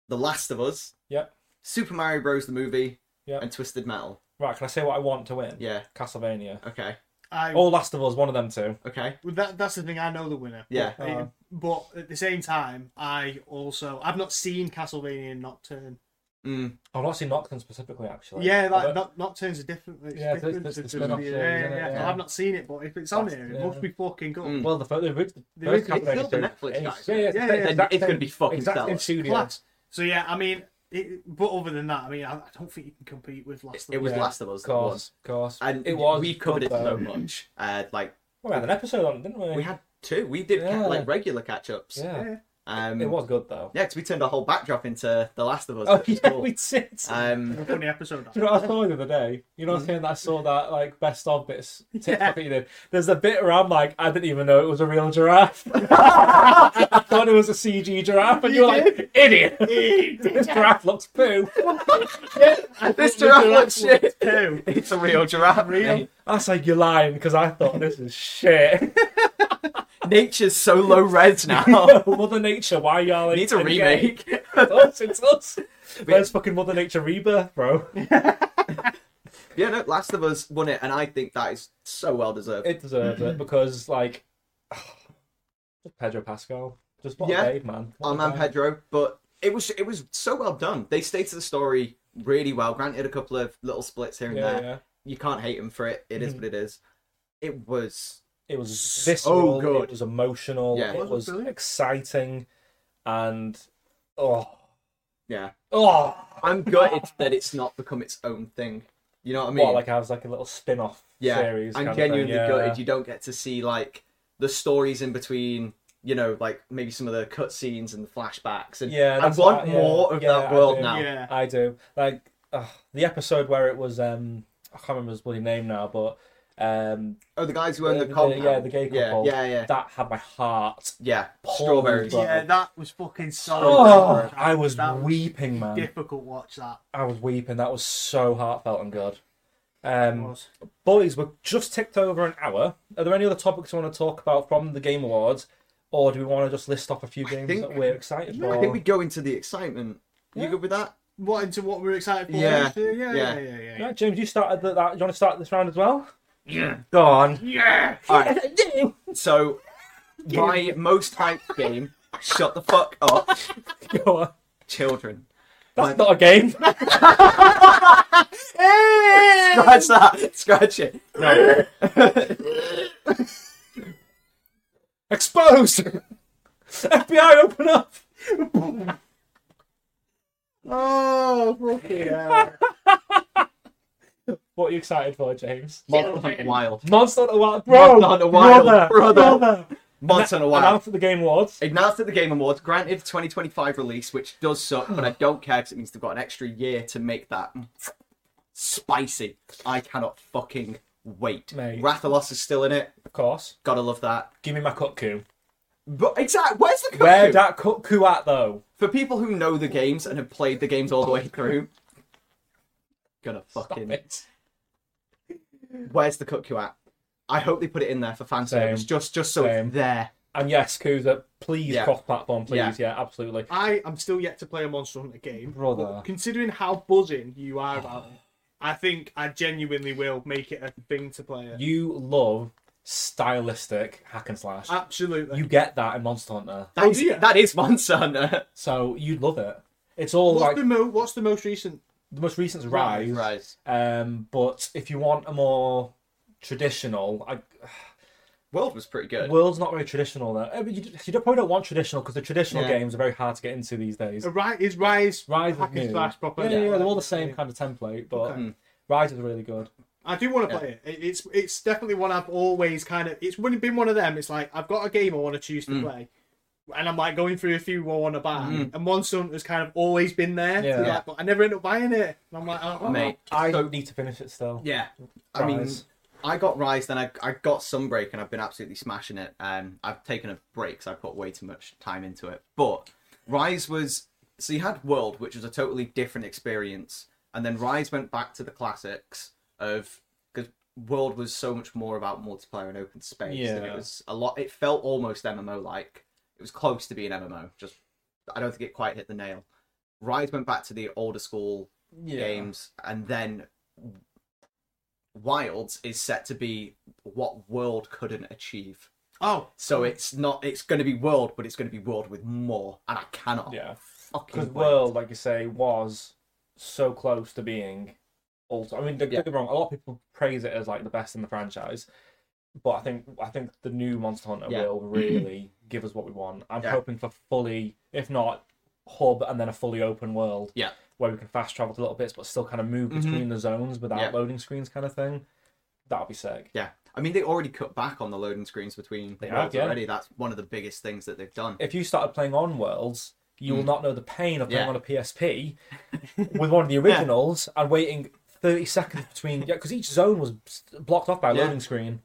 S3: The Last of Us,
S1: Yep.
S3: Super Mario Bros. the movie,
S1: Yep.
S3: and Twisted Metal.
S1: Right. Can I say what I want to win?
S3: Yeah.
S1: Castlevania.
S3: Okay.
S2: I,
S1: Or Last of Us. One of them two.
S3: Okay.
S2: well, that, that's the thing, I know the winner.
S3: Yeah.
S2: But, it-
S1: Uh.
S2: but at the same time, I also. I've not seen Castlevania Nocturne.
S3: Mm.
S1: I've not seen Nocturne specifically, actually.
S2: Yeah,
S1: I don't-
S2: like, Noct- Nocturne's a different. It's
S1: Yeah, it's-
S2: different
S1: it's- it's
S2: to-
S1: a
S2: to the-
S1: spin-off
S2: yeah,
S1: series,
S2: yeah,
S1: isn't it?
S2: yeah.
S1: Yeah.
S2: I've not seen it, but if it's on
S1: That's-
S2: here, it
S1: yeah.
S2: must be fucking good.
S3: Mm.
S1: Well, the first, the, orig- the first
S2: The original-
S3: It's
S1: Castlevania
S3: built on
S1: two-
S3: Netflix, guys.
S1: Yeah, yeah.
S2: Yeah,
S1: the
S2: yeah.
S1: exact
S3: It's gonna
S1: same-
S3: be fucking
S1: exact same
S3: stellar.
S1: studio.
S2: class. So yeah, I mean, it, but other than that, I mean, I, I don't think you can compete with Last. of
S3: It was
S1: Yeah.
S3: Last of Us.
S1: Of
S3: That was.
S1: course, of course.
S3: And
S1: it was.
S3: we covered it
S1: good,
S3: so
S1: though.
S3: much. Uh, like
S1: We had an episode on, it, didn't we?
S3: we had two. We did ca-
S1: Yeah.
S3: like regular catch-ups.
S1: Yeah.
S2: Yeah.
S3: Um,
S1: It was good though.
S3: Yeah, because we turned our whole backdrop into The Last of Us.
S1: Oh
S3: which was
S1: yeah,
S3: cool.
S1: we did.
S3: Um,
S2: a funny episode.
S1: Do you know what I saw the other day? You know
S3: Hmm?
S1: what I'm saying? That I saw that like best of bits TikTok
S2: Yeah.
S1: that you did. There's a bit where I'm like, I didn't even know it was a real giraffe. I thought it was a CG giraffe, and you're like, idiot. this giraffe looks poo.
S3: this giraffe looks shit.
S2: Two.
S3: It's a real giraffe.
S2: Real.
S1: That's like you're lying because I thought this is shit.
S3: Nature's so low res now.
S1: Oh, Mother Nature, why y'all?
S3: Needs a
S1: in the game?
S3: remake.
S1: It's us, it's us. Where's fucking Mother Nature rebirth, bro?
S3: yeah, no, Last of Us won it, and I think that is so well deserved.
S1: It deserves it because like Pedro Pascal, just what
S3: Yeah.
S1: a babe, man. What
S3: Our
S1: a
S3: man
S1: guy.
S3: Pedro, but it was it was so well done. They stayed to the story really well. Granted, a couple of little splits here and
S1: Yeah,
S3: there.
S1: yeah.
S3: You can't hate them for it. It is what it is. It was
S1: It was
S3: So
S1: visceral.
S3: good.
S1: It was emotional.
S3: Yeah.
S1: It
S2: Was it
S1: was
S2: brilliant?
S1: exciting, and oh,
S3: yeah.
S1: oh,
S3: I'm gutted that it's not become its own thing. You know what I mean?
S1: what like I was like a little spin-off
S3: yeah,
S1: series. kind
S3: I'm
S1: of thing,
S3: genuinely
S1: yeah.
S3: gutted. You don't get to see like the stories in between. You know, like maybe some of the cutscenes and the flashbacks, and
S1: Yeah,
S3: I
S1: that's
S3: want
S1: what I- yeah,
S3: more of
S1: yeah,
S3: that
S1: I
S3: world
S1: do.
S3: now.
S2: Yeah.
S1: I do. Like ugh, the episode where it was um I can't remember his bloody name now, but um
S3: Oh, the guys who own
S1: the-
S3: the,
S1: the-
S3: compound.
S1: yeah, the gay
S3: Yeah,
S1: couple.
S3: yeah, yeah,
S1: that had my heart.
S3: yeah.
S1: Paul
S3: Strawberries.
S1: Rudd.
S2: Yeah, that was fucking solid.
S1: Oh, I was
S2: That
S1: weeping, man.
S2: difficult watch that
S1: I was weeping. That was so heartfelt and good. Um,
S2: was.
S1: boys, we're just ticked over an hour. Are there any other topics you want to talk about from the Game Awards, or do we want to just list off a few games
S3: think-
S1: that we're excited
S3: I
S1: for?
S3: think we go into the excitement. You good with that?
S2: What into what we're excited for?
S3: Yeah.
S2: next year? Yeah,
S3: Yeah.
S2: yeah, yeah, yeah, yeah.
S1: Yeah, James, you started the, that. You want to start this round as well? Yeah. Go on.
S2: Yeah.
S3: All right. So, my most hyped game. Shut the fuck up,
S1: Go on.
S3: children.
S1: That's not a game.
S3: Scratch that. Scratch it.
S1: No. Exposed! FBI, open up!
S2: Oh, fucking hell.
S1: What are you excited for, James?
S3: Monster Hunter Wild.
S1: Monster Hunter Wild. Bro,
S3: Monster Hunter Wild,
S1: Brother!
S3: brother.
S1: brother.
S3: Monster Hunter Wild.
S1: Announced at the Game Awards.
S3: Announced at the Game Awards, granted 2025 release, which does suck, but I
S1: Hmm.
S3: don't care because it means they've got an extra year to make that spicy. I cannot fucking wait.
S1: Mate.
S3: Rathalos is still in it.
S1: Of course.
S3: Gotta love that.
S1: Give me my cuckoo.
S3: But exactly, where's the
S1: Where
S3: cuckoo?
S1: that cuckoo at, though?
S3: For people who know the games and have played the games all the way through, gonna fucking.
S1: it.
S3: Where's the cuckoo at? I hope they put it in there for fan service,
S1: Same.
S3: just just so
S1: Same.
S3: it's there.
S1: And yes, Kuza, please
S3: Yeah.
S1: cross-platform, please.
S3: Yeah.
S1: Yeah, absolutely.
S2: I am still yet to play a Monster Hunter game.
S1: Brother. Oh.
S2: but Considering how buzzing you are about it, I think I genuinely will make it a thing to play it.
S1: You love stylistic hack and slash.
S2: Absolutely.
S1: you get that in Monster Hunter,
S3: That is,
S2: dear.
S3: that is Monster Hunter.
S1: so you'd love it. It's all
S2: what's,
S1: like
S2: the mo- what's the most recent?
S1: the most recent is Rise,
S3: Rise.
S1: Um, but if you want a more traditional, I,
S3: World was pretty good.
S1: World's not very traditional though. Eh, but You, you don't- probably don't want traditional because the traditional
S3: Yeah.
S1: games are very hard to get into these days.
S2: Uh, Ri- Is Rise
S1: Rise is
S2: Hack and
S1: new.
S2: Slash proper?
S1: Yeah, yeah, yeah, they're all the same kind of template, but
S2: Okay.
S1: Rise is really good.
S2: I do want to play it. it. It's it's definitely one I've always kind of. It's when- been one of them. It's like I've got a game I want to choose
S1: Mm.
S2: to play, and I'm like going through a few I want to buy, and Monster Hunter's kind of always been there. to
S1: Yeah.
S2: like-
S3: Yeah.
S2: but I never end up buying it. And I'm like, oh,
S3: Mate,
S1: I
S3: so-
S1: need to finish it still.
S3: yeah. I mean,
S1: Rise.
S3: I got Rise, then I, I got Sunbreak, and I've been absolutely smashing it. Um, I've taken a break, so I put way too much time into it. But Rise was so you had World, which was a totally different experience, and then Rise went back to the classics of because World was so much more about multiplayer and open space. and
S1: Yeah.
S3: it was a lot. It felt almost MMO like. It was close to being MMO. Just I don't think it quite hit the nail. Rise went back to the older school
S1: Yeah.
S3: games, and then Wilds is set to be what World couldn't achieve.
S2: oh,
S3: So
S1: Hmm.
S3: it's not it's going to be World, but it's going to be World with more, and I cannot.
S1: Yeah.
S3: fucking
S1: Because
S3: wait.
S1: World, like you say, was so close to being also. I mean, don't
S3: Yeah.
S1: get me wrong. A lot of people praise it as like the best in the franchise, but I think I think the new Monster Hunter
S3: Yeah.
S1: will really give us what we want. I'm
S3: Yeah.
S1: hoping for fully, if not hub, and then a fully open world.
S3: Yeah.
S1: where we can fast travel to little bits, but still kind of move
S3: Mhm.
S1: between the zones without
S3: Yeah.
S1: loading screens, kind of thing. That'll be sick.
S3: Yeah, I mean they already cut back on the loading screens between
S1: They
S3: worlds
S1: have, yeah.
S3: already. That's one of the biggest things that they've done.
S1: If you started playing on worlds. You will not know the pain of playing
S3: Hmm. Yeah.
S1: on a PSP with one of the originals and waiting 30 seconds between yeah because each zone was blocked off by a
S3: Yeah.
S1: loading screen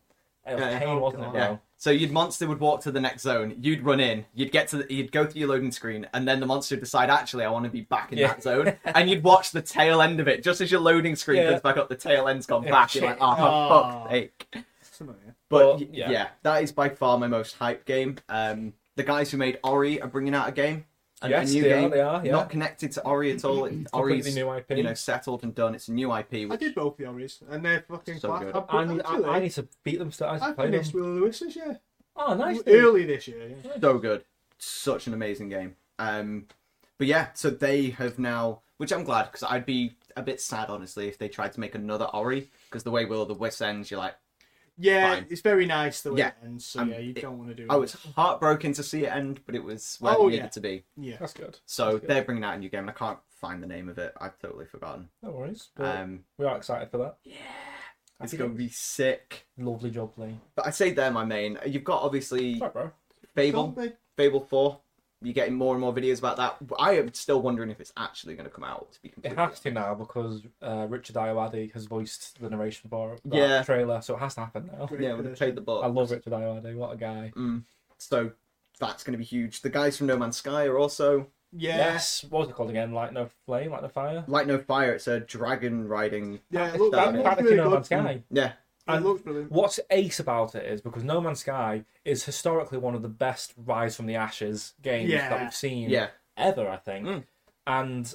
S1: it was
S3: Yeah, yeah.
S1: pain
S2: Oh,
S1: wasn't it
S2: God.
S1: bro?
S3: Yeah. So you'd monster would walk to the next zone, you'd run in, you'd get to the, you'd go through your loading screen, and then the monster would decide actually I want to be back in
S1: Yeah.
S3: that zone, and you'd watch the tail end of it just as your loading screen
S1: Yeah.
S3: goes back up, the tail end's gone
S1: Yeah,
S3: back.
S1: shit. Ah.
S3: You're like, oh,
S2: Oh.
S3: for fuck's sake.
S2: something.
S3: But
S1: Well,
S3: y- yeah.
S1: yeah.
S3: that is by far my most hype game. Um, the guys who made Ori are bringing out a game, a, a
S1: Yes,
S3: new
S1: they are,
S3: game,
S1: they are, yeah.
S3: not connected to Ori at all. It's Ori's
S1: new IP.
S3: you know settled and done. It's a new IP.
S2: I
S3: Which,
S2: did both the Oris, and they're fucking
S3: So
S2: class.
S3: good.
S2: I've-
S1: I need, I,
S2: actually,
S1: I need to beat them still. I need
S2: I
S1: to play them.
S2: finished Will of the Wisps this year.
S1: Oh, nice. dude.
S2: Early this year. Yeah.
S3: so good, such an amazing game. Um, But yeah, so they have now, which I'm glad because I'd be a bit sad honestly if they tried to make another Ori because the way Will of the Wisps ends, you're like,
S2: Yeah,
S3: Fine.
S2: it's very nice the way
S3: Yeah,
S2: it ends. So
S3: um,
S2: yeah, you
S3: it-
S2: don't want to do.
S3: oh,
S2: it.
S3: it's heartbroken to see it end, but it was where
S2: Oh,
S3: it needed
S2: yeah.
S3: to be.
S2: yeah.
S1: That's good.
S3: So
S1: That's good.
S3: they're bringing out a new game, and I can't find the name of it. I've totally forgotten.
S1: No worries. But
S3: Um,
S1: we are excited for that.
S3: yeah, it's
S1: Happy
S3: gonna be sick.
S1: Lovely job, Lee.
S3: But I say they're my main. You've got obviously
S1: Right, bro.
S3: Fable, Fable Four. You're getting more and more videos about that. I am still wondering if it's actually going to come out. To be
S1: It
S3: completely
S1: has to now because uh, Richard Ayoade has voiced the narration for that
S3: Yeah.
S1: trailer, so it has to happen now.
S2: Great
S3: yeah, when they
S2: version.
S3: played the book.
S1: I love Richard Ayoade. What a guy.
S3: Mm. So that's going to be huge. The guys from No Man's Sky are also
S2: Yeah,
S1: Yes. What was it called again? Light no flame, light no fire.
S3: Light No Fire. It's a dragon riding.
S2: yeah.
S1: It's
S2: It looked,
S3: that-
S2: it
S1: that-
S3: looks
S2: looked
S1: that
S2: really
S1: No
S2: good.
S1: Man's Sky.
S3: Yeah,
S2: It looks brilliant.
S1: What's ace about it is because No Man's Sky is historically one of the best Rise from the Ashes games that
S2: Yeah.
S1: we've seen
S3: yeah,
S1: ever, I think.
S3: Mm.
S1: And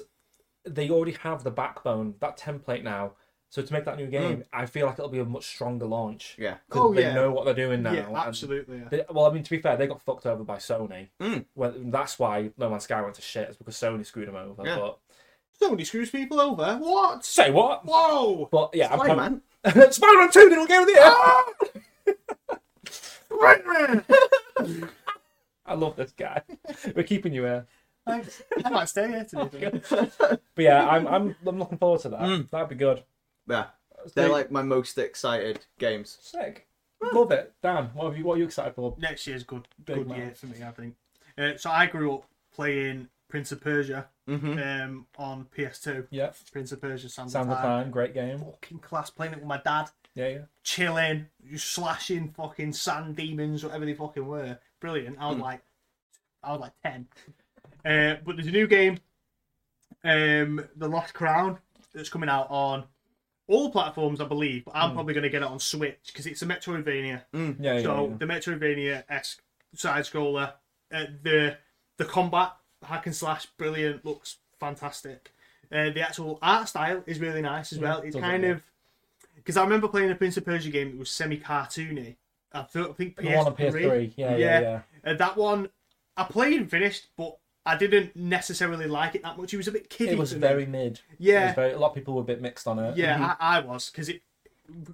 S1: they already have the backbone, that template now. So to make that new game, I feel like it'll be a much stronger launch
S3: yeah.
S1: because
S2: Oh,
S1: they
S2: Mm. yeah.
S1: know what they're doing now.
S2: Yeah,
S1: and
S2: absolutely. Yeah.
S1: they- well, I mean, to be fair, they got fucked over by Sony.
S3: Mm.
S1: Well, that's why No Man's Sky went to shit. It's because Sony screwed them over.
S3: Yeah.
S1: But
S2: Somebody screws people over. What?
S1: say what?
S2: Whoa!
S1: But yeah,
S3: Sorry,
S1: I'm
S3: man.
S1: probably... Spider-Man Two didn't game of the year. Ah! I love this guy. We're keeping you here.
S2: Thanks. I might stay here today.
S1: but yeah, I'm I'm I'm looking forward to that. That'd be good.
S3: Yeah,
S1: Uh,
S3: they're like my most excited games.
S1: sick. Love it. Dan, what have you what are you excited for?
S2: Next year's good,
S1: Big
S2: good
S1: man.
S2: year for me, I think. Uh, so I grew up playing Prince of Persia
S3: Mm-hmm.
S2: um, on PS2.
S1: Yeah.
S2: Prince of Persia, Sands of
S1: Sound of
S2: Time.
S1: Time, great game.
S2: Fucking class, playing it with my dad,
S1: Yeah, yeah.
S2: chilling, just slashing fucking sand demons, whatever they fucking were. Brilliant. I was like, I was like ten. Uh, but there's a new game, um, The Lost Crown, that's coming out on all platforms, I believe. But I'm probably going to get it on Switch because it's a Metroidvania.
S1: Yeah, yeah.
S2: So
S1: yeah.
S2: the Metroidvania esque side scroller, uh, the the combat hack and slash brilliant looks fantastic. Uh, the actual art style is really nice as well. It's
S1: does it,
S2: kind
S1: yeah.
S2: of because I remember playing a Prince of Persia game that was semi cartoony. I, th- I think
S1: The one on PS3. Yeah, yeah, yeah.
S2: Uh, that one I played and finished, but I didn't necessarily like it that much. It was a bit kiddie.
S1: It was
S2: for me.
S1: very mid. It
S2: yeah
S1: was very, a lot of people were a bit mixed on it.
S2: yeah, I, I was because it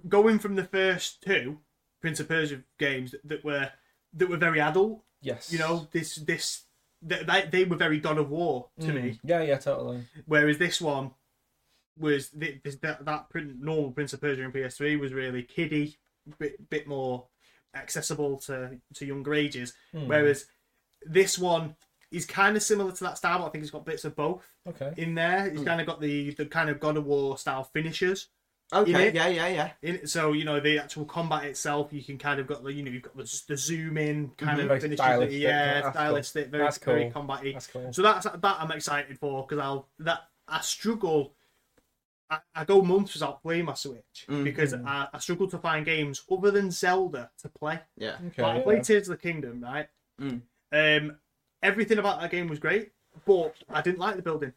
S2: going from the first two Prince of Persia games that, that were that were very adult.
S1: Yes.
S2: You know, this this th- they, they were very God of War to me,
S1: Yeah, yeah, totally.
S2: whereas this one was thi- this, that that print, normal Prince of Persia and PS3 was really kiddie, bit bit more accessible to to younger ages, whereas this one is kind of similar to that style. But I think it's got bits of both
S1: Okay.
S2: in there. It's kind of got the the kind of God of War style finishers. In
S3: Okay.
S2: it?
S3: Yeah, yeah, yeah.
S2: In, so you know the actual combat itself, you can kind of got the you know you've got the, the zoom in kind
S1: Mhm.
S2: of
S1: Very
S2: finishes,
S1: stylistic, yeah,
S2: yeah,
S1: that's cool.
S2: stylistic, very
S1: That's
S2: very
S1: cool.
S2: combaty.
S1: That's cool.
S2: So that's that I'm excited for because I'll that I struggle. I, I go months without playing my Switch because I, I struggle to find games other than Zelda to play.
S3: Yeah.
S1: Okay.
S2: Like, I
S1: yeah.
S2: played Tears of the Kingdom, right?
S3: Mm.
S2: Um, everything about that game was great, but I didn't like the building.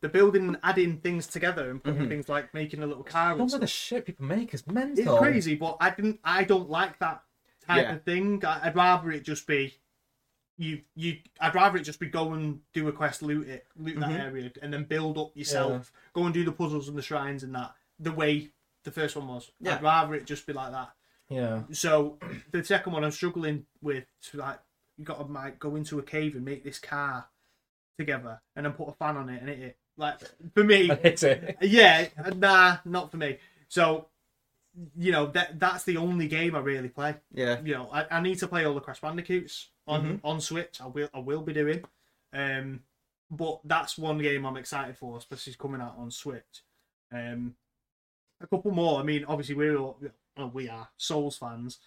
S2: The building and adding things together and putting things like making a little car. and
S1: Some of the shit people make is
S2: it's
S1: mental.
S2: crazy, but I didn't. I don't like that type
S3: Yeah.
S2: of thing. I, I'd rather it just be you. You. I'd rather it just be go and do a quest, loot it, loot
S3: Mm-hmm.
S2: that area, and then build up yourself. Go and do the puzzles and the shrines and that. The way the first one was.
S3: Yeah.
S2: I'd rather it just be like that.
S1: Yeah.
S2: So the second one, I'm struggling with to like you got to like go into a cave and make this car together, and then put a fan on it and hit it. Like for me,
S1: I hate it.
S2: yeah, nah, not for me. So, you know, that that's the only game I really play.
S3: Yeah.
S2: You know, I, I need to play all the Crash Bandicoots on on Switch. I will I will be doing, um, but that's one game I'm excited for, especially coming out on Switch. Um, a couple more. I mean, obviously we're all, well, we are Souls fans.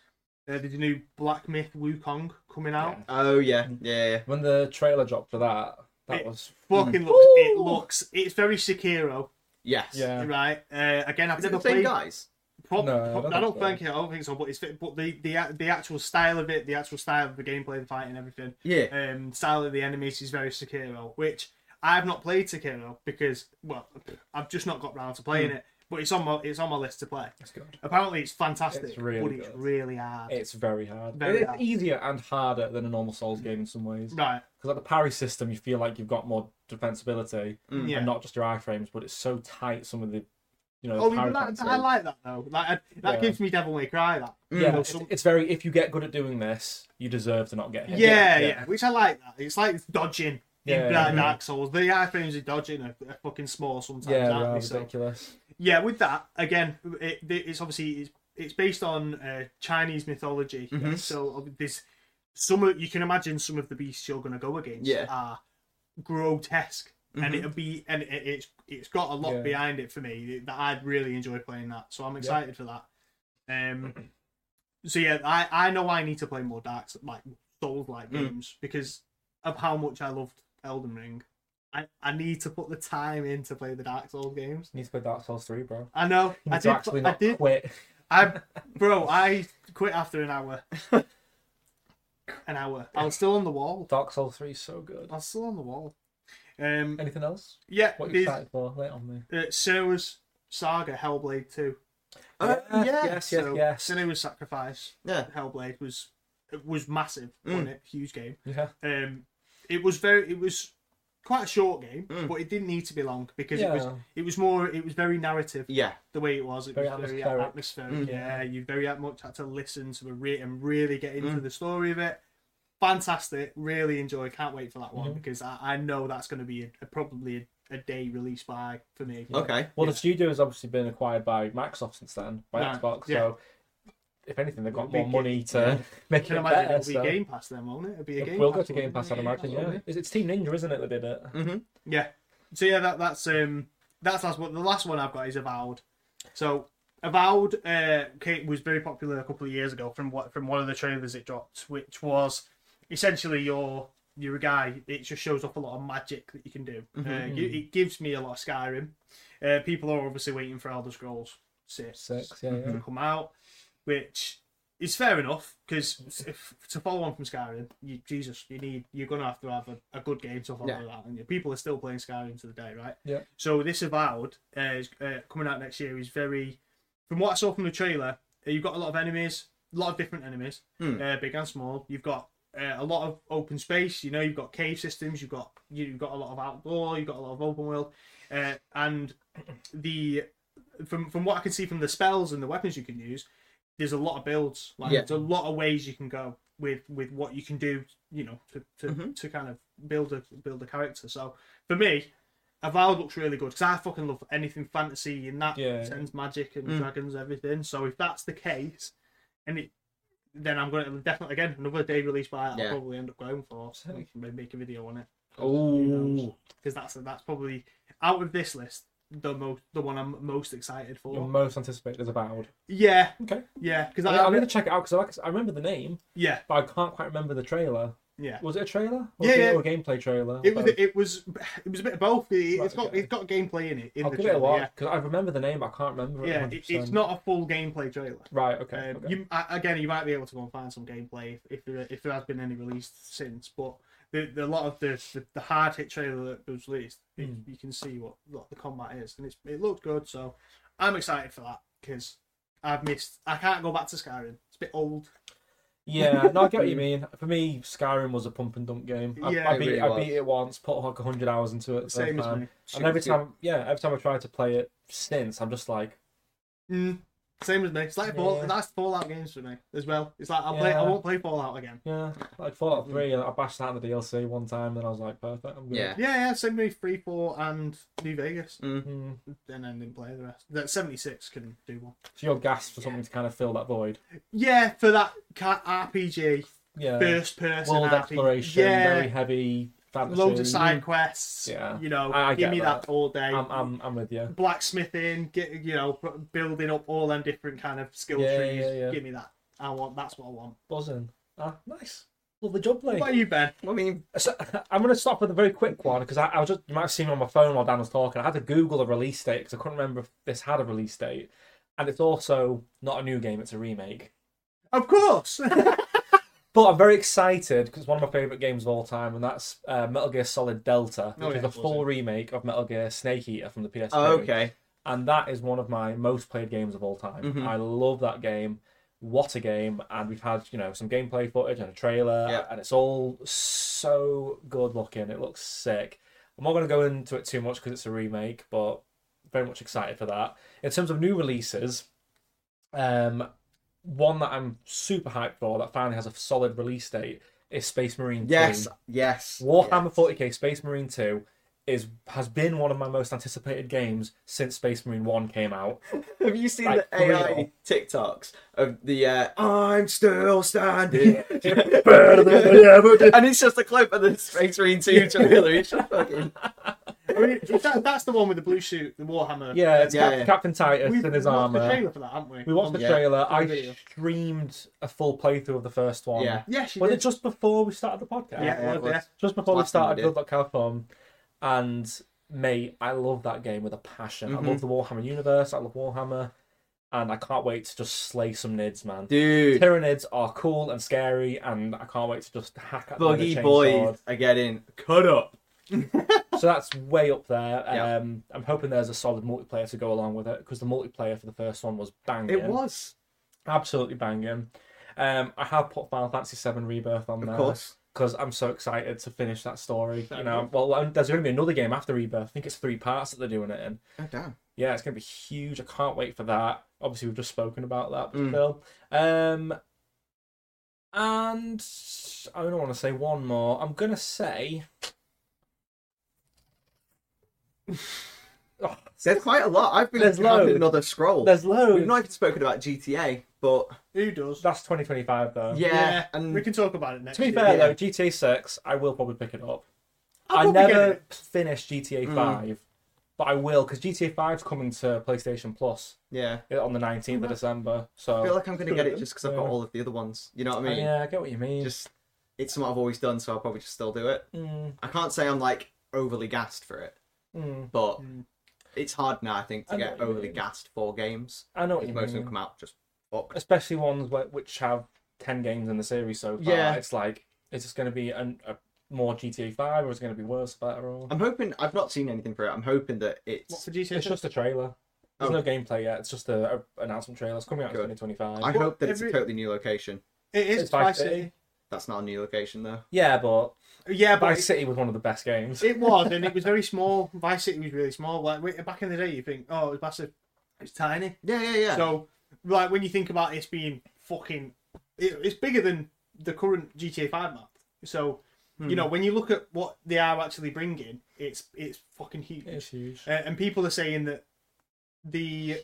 S2: Uh, there's a new Black Myth Wukong coming out.
S3: Oh yeah. Yeah. yeah.
S1: When the trailer dropped for that, that
S2: It-
S1: was
S2: Fucking looks, it
S1: Ooh.
S2: looks, it's very Sekiro,
S3: Yes.
S1: yeah.
S2: right? Uh, again, I've
S3: Is it
S2: never
S3: the same
S2: played.
S3: guys?
S2: Prob-
S1: No, I
S2: prob-
S1: don't
S2: I don't
S1: think so.
S2: think I don't think so. But it's fit, but the, the the actual style of it, the actual style of the gameplay, the fighting, everything,
S3: Yeah.
S2: um, style of the enemies is very
S1: Hmm.
S2: Sekiro, which I've not played Sekiro because well, I've just not got round to playing it. but it's on my it's on my list to play.
S1: It's good.
S2: Apparently, it's fantastic,
S1: It's really
S2: but it's
S1: good.
S2: really hard.
S1: It's very hard.
S2: Very
S1: it's
S2: hard.
S1: easier and harder than a normal Souls game in some ways.
S2: Right.
S1: Because at the parry system, you feel like you've got more defensibility
S2: Mm. Yeah.
S1: and not just your iframes, but it's so tight. Some of the, you know,
S2: Oh,
S1: the parry
S2: even that,
S1: cancel.
S2: I like Mm. that though. Like I, that
S1: Yeah. Mm.
S2: gives me Devil May Cry. That
S1: yeah,
S2: know,
S1: it's,
S2: some-
S1: it's very. If you get good at doing this, you deserve to not get hit.
S2: yeah, yeah, which I like that. It's like it's dodging
S1: Yeah,
S2: in
S1: yeah,
S2: Dark,
S1: yeah.
S2: Dark Souls. The iframes are dodging are, are fucking small sometimes,
S1: yeah, they
S2: aren't
S1: are
S2: they? So
S1: ridiculous.
S2: yeah, with that again, it, it's obviously it's, it's based on uh, Chinese mythology.
S3: Mhm.
S2: So ob- there's some of you can imagine some of the beasts you're going to go against
S3: Yeah.
S2: are grotesque. And
S3: Mhm.
S2: it'll be, and it, it's it's got a lot
S1: Yeah.
S2: behind it for me that I'd really enjoy playing that. So I'm excited for that. Um, so yeah, I, I know I need to play more Dark S- like Souls like
S3: Mm.
S2: games because of how much I loved Elden Ring. I, I need to put the time in to play the Dark Souls games.
S1: You need to play Dark Souls three, bro.
S2: I know.
S1: You need
S2: I
S1: to
S2: did.
S1: actually
S2: I
S1: not
S2: did.
S1: quit.
S2: I, bro, I quit after an hour. an hour. I was still on the wall.
S1: Dark Souls three is so good.
S2: I was still on the wall. Um.
S1: Anything else?
S2: Yeah.
S1: What are you
S2: there's,
S1: excited for? Lay it on me.
S2: Uh, Senua's Saga, Hellblade Two.
S3: Uh,
S1: Yes,
S2: yeah.
S1: yes, yes,
S2: so
S1: yes.
S2: Senua's Sacrifice,
S3: yeah.
S2: Hellblade was it was massive, wasn't it? Huge game.
S1: Yeah.
S2: Um, it was very, it was quite a short game,
S3: Mm.
S2: but it didn't need to be long because it was,
S1: Yeah.
S2: it was more, it was very narrative
S3: Yeah.
S2: the way it was. It
S1: Very
S2: was very
S1: atmospheric.
S2: atmospheric.
S3: Mm.
S2: Yeah, you very much had to listen to a re- and really get into
S1: Mm.
S2: the story of it. Fantastic, really enjoy. Can't wait for that
S1: Mm-hmm.
S2: one because I, I know that's going to be a, a- probably a, a day release by for me.
S3: Okay.
S1: Well,
S2: Yeah.
S1: the studio has obviously been acquired by Microsoft since then, by
S2: Right,
S1: Xbox.
S2: yeah.
S1: So, if anything, they've got
S2: It'll be
S1: more money to
S3: yeah.
S2: I
S1: make
S2: can
S1: it
S2: imagine
S1: better.
S2: it'll be
S1: so-
S2: Game Pass then, won't it? It'll be a Game
S1: It will
S2: Pass.
S1: go to Game
S2: one.
S1: Pass, I'd imagine.
S3: Yeah,
S1: Yeah,
S3: absolutely.
S1: it's Team Ninja, isn't it? That did it.
S3: Mhm.
S2: Yeah. So yeah, that that's um that's last one. The last one I've got is Avowed. So Avowed uh ca- was very popular a couple of years ago from what from one of the trailers it dropped, which was essentially your you're a guy. It just shows off a lot of magic that you can do. Uh,
S1: Mhm.
S2: gi- it gives me a lot of Skyrim. Uh, people are obviously waiting for Elder Scrolls Six,
S1: Six, yeah,
S2: to
S1: yeah.
S3: Mm-hmm.
S2: come out, which is fair enough because to follow on from Skyrim, you, Jesus, you need you're gonna have to have a, a good game to follow
S3: Yeah.
S2: that, and people are still playing Skyrim to the day, right?
S1: Yeah.
S2: So this Avowed uh, is uh, coming out next year is very, from what I saw from the trailer, uh, you've got a lot of enemies, a lot of different enemies,
S3: Hmm.
S2: uh, big and small. You've got uh, a lot of open space. You know, you've got cave systems. You've got you've got a lot of outdoor. You've got a lot of open world, uh, and the from from what I can see from the spells and the weapons you can use, there's a lot of builds. Like
S3: Yeah.
S2: there's a lot of ways you can go with with what you can do. You know, to to,
S3: Mhm.
S2: to kind of build a build a character. So for me, Avowed looks really good because I fucking love anything fantasy in that
S1: Yeah.
S2: sense, magic and
S3: Mm.
S2: dragons, everything. So if that's the case, and it, then I'm going to definitely again another day release by
S3: Yeah.
S2: I'll probably end up going for. So we
S1: Sick.
S2: can maybe make a video on it
S3: Oh.
S2: because that's that's probably out of this list the most the one I'm most excited for.
S1: Your most anticipated is Avowed.
S2: Yeah,
S1: Okay.
S2: yeah, because
S1: I,
S2: I,
S1: I'm going to check it out because I, I remember the name,
S2: yeah
S1: but I can't quite remember the trailer.
S2: yeah.
S1: Was it a trailer? Or
S2: Yeah,
S1: was
S2: yeah.
S1: It a gameplay trailer?
S2: It was
S1: Both.
S2: it was it was a bit of both. It, has
S1: Right,
S2: got
S1: okay.
S2: it's got gameplay in it. In
S1: I'll
S2: the
S1: give it a
S2: trailer,
S1: watch because I remember the name, but I can't remember.
S2: Yeah,
S1: it
S2: yeah it,
S1: 100%.
S2: it's not a full gameplay trailer.
S1: Right. Okay.
S2: Um,
S1: okay.
S2: you, a- again, you might be able to go and find some gameplay if, if there if there has been any released since, but the, the a lot of the, the, the hard hit trailer that was released, it,
S1: Hmm.
S2: you can see what, what the combat is, and it's it looked good. So I'm excited for that because I've missed. I can't go back to Skyrim. It's a bit old.
S1: Yeah, no, I get what you mean. For me, Skyrim was a pump and dump game. I,
S2: Yeah,
S1: I
S2: it
S1: beat
S3: really
S1: I
S3: was.
S1: beat it once, put like hundred hours into it. the
S2: Same
S1: first
S2: as
S1: time.
S2: me.
S1: And every
S3: Shoot, shoot.
S1: time, yeah, every time I try to play it since, I'm just like,
S2: Mm, same as me. It's like Fall,
S1: Yeah.
S2: that's Fallout games for me as well. It's like I'll play. I
S1: Yeah.
S2: won't play Fallout again.
S1: yeah, like Fallout Three. I bashed out the DLC one time, then I was like, perfect. I'm good.
S3: Yeah.
S2: Yeah, yeah. Same with Free Four and New Vegas,
S3: Mm.
S1: Mm.
S2: and then didn't play the rest. That 76 can do one.
S1: So you're gassed for something to kind of fill that void.
S2: Yeah, for that ca- RPG
S1: Yeah.
S2: first person
S1: Uh, World
S2: RPG.
S1: exploration,
S2: yeah,
S1: very heavy fantasy.
S2: loads of side quests.
S1: Yeah.
S2: you know,
S1: I- I
S2: give
S1: get
S2: me that,
S1: that.
S2: all day.
S1: I'm, I'm, I'm with
S2: Mm.
S1: you.
S2: Blacksmithing, get you know, building up all them different kind of skill
S1: Yeah,
S2: trees.
S1: yeah, yeah.
S2: Give me that. I want. That's what I want.
S1: Buzzing. Ah, nice. Love the job, mate.
S2: What about you, Ben?
S3: I mean,
S1: So, I'm going to stop with a very quick one because I, I was just you might have seen me on my phone while Dan was talking. I had to Google a release date because I couldn't remember if this had a release date, and it's also not a new game; it's a remake.
S2: Of course.
S1: But I'm very excited because it's one of my favorite games of all time, and that's uh, Metal Gear Solid Delta, which
S2: Oh, yeah,
S1: is a
S2: of course,
S1: full remake of Metal Gear Snake Eater from the PS2.
S3: oh, okay.
S1: and that is one of my most played games of all time.
S3: Mm-hmm.
S1: I love that game. What a game! And we've had you know some gameplay footage and a trailer,
S3: Yeah.
S1: and it's all so good looking. It looks sick. I'm not going to go into it too much because it's a remake, but very much excited for that. In terms of new releases, um, one that I'm super hyped for that finally has a solid release date is Space Marine. 2.
S3: Yes, yes.
S1: Warhammer 40k Space Marine 2 is has been one of my most anticipated games since Space Marine 1 came out.
S3: Have you seen
S1: Like,
S3: the
S1: for
S3: AI
S1: real.
S3: TikToks of the uh, I'm still standing?
S1: Better than I ever did.
S3: and it's just a clip of the Space Marine 2 trailer. It's just fucking.
S2: I mean, that, that's the one with the blue suit, the Warhammer.
S1: Yeah, it's
S3: Yeah,
S1: Cap-
S3: yeah.
S1: Captain Titus
S2: We've
S1: in his
S2: watched the
S1: armor.
S2: trailer for that, haven't we?
S1: We watched the
S3: Yeah.
S1: trailer.
S2: On
S1: I
S2: video.
S1: streamed a full playthrough of the first one.
S3: Yeah.
S2: Yeah, she
S1: Was
S2: did.
S1: it just before we started the podcast?
S2: Yeah,
S3: Yeah,
S2: yeah,
S3: it was.
S2: yeah.
S1: Just before we
S3: Last time we
S1: started
S3: did.
S1: Build.com. And mate, I love that game with a passion.
S3: Mhm.
S1: I
S2: Mm-hmm.
S1: love the Warhammer universe. I love Warhammer. And I can't wait to just slay some nids, man.
S3: Dude,
S1: Tyranids are cool and scary, and I can't wait to just hack at them with a
S3: buggy
S1: chainsaw.
S3: boys are getting cut up.
S1: So that's way up there.
S3: Yeah.
S1: Um, I'm hoping there's a solid multiplayer to go along with it because the multiplayer for the first one was banging.
S3: It was,
S1: absolutely banging. Um, I have put Final Fantasy VII Rebirth on
S3: of
S1: there
S3: course.
S1: because I'm so excited to finish that story.
S2: Fair
S1: you know,
S2: enough.
S1: well, and there's going to be another game after Rebirth. I think it's three parts that they're doing it in.
S3: Oh, damn.
S1: Yeah, it's going to be huge. I can't wait for that. Obviously, we've just spoken about that
S3: Mm.
S1: still. Um, and I don't want to say one more. I'm going to say. Oh,
S3: There's quite a lot. I've been
S1: There's
S3: handed
S1: loads.
S3: another scroll.
S1: there's loads.
S3: We've not even spoken about GTA, but
S2: Who does?
S1: That's 2025 though.
S3: yeah,
S2: Yeah,
S3: and
S2: we can talk about it next.
S1: To be
S2: year.
S1: fair
S3: Yeah.
S1: though, GTA 6, I will probably pick it up.
S2: I'll
S1: I
S2: probably get
S1: never
S2: it.
S1: finished GTA
S3: Mm.
S1: 5, but I will because GTA 5's coming to PlayStation Plus uh,
S3: yeah,
S1: on the 19th of December.
S3: I Oh, feel
S1: So
S3: like I'm gonna get it just because I've got
S1: Oh. Yeah.
S3: all of the other ones. You know what I mean?
S1: yeah, I get what you mean.
S3: Just it's something I've always done, so I'll probably just still do it.
S1: Mm,
S3: I can't say I'm like overly gassed for it,
S1: mm.
S3: but
S2: Mm.
S3: it's hard now. I think to
S1: I know
S3: get
S1: what you
S3: overly
S1: mean.
S3: gassed for games.
S1: I know what
S3: Because
S1: you
S3: most of them
S1: mean.
S3: come out just fucked.
S1: Especially ones where, which have 10 games in the series so far.
S3: Yeah.
S1: It's like, is this going to be an, a more GTA 5 or is it going to be worse, better? Or...
S3: I'm hoping I've not seen anything for it. I'm hoping that
S2: What's
S3: it's.
S2: the GTA?
S1: It's just a trailer. There's
S3: Oh.
S1: no gameplay yet. It's just a, a announcement trailer. It's coming out in
S3: Good.
S1: 2025.
S3: I
S2: What-
S3: hope that it's a
S2: every-
S3: totally new location.
S2: it is
S1: It's Vice
S2: Vice City.
S3: That's not a new location though.
S1: Yeah, but
S2: Yeah, but
S1: Vice
S2: it,
S1: City was one of the best games.
S2: it was, and it was very small. Vice City was really small. Like we- back in the day, you think, oh, it was massive. It's tiny.
S3: Yeah, yeah, yeah.
S2: So, like when you think about it being fucking, it, it's bigger than the current GTA Five map. So, you
S1: Hmm.
S2: know, when you look at what they are actually bringing, it's it's fucking huge.
S1: It's huge.
S2: Uh, and people are saying that the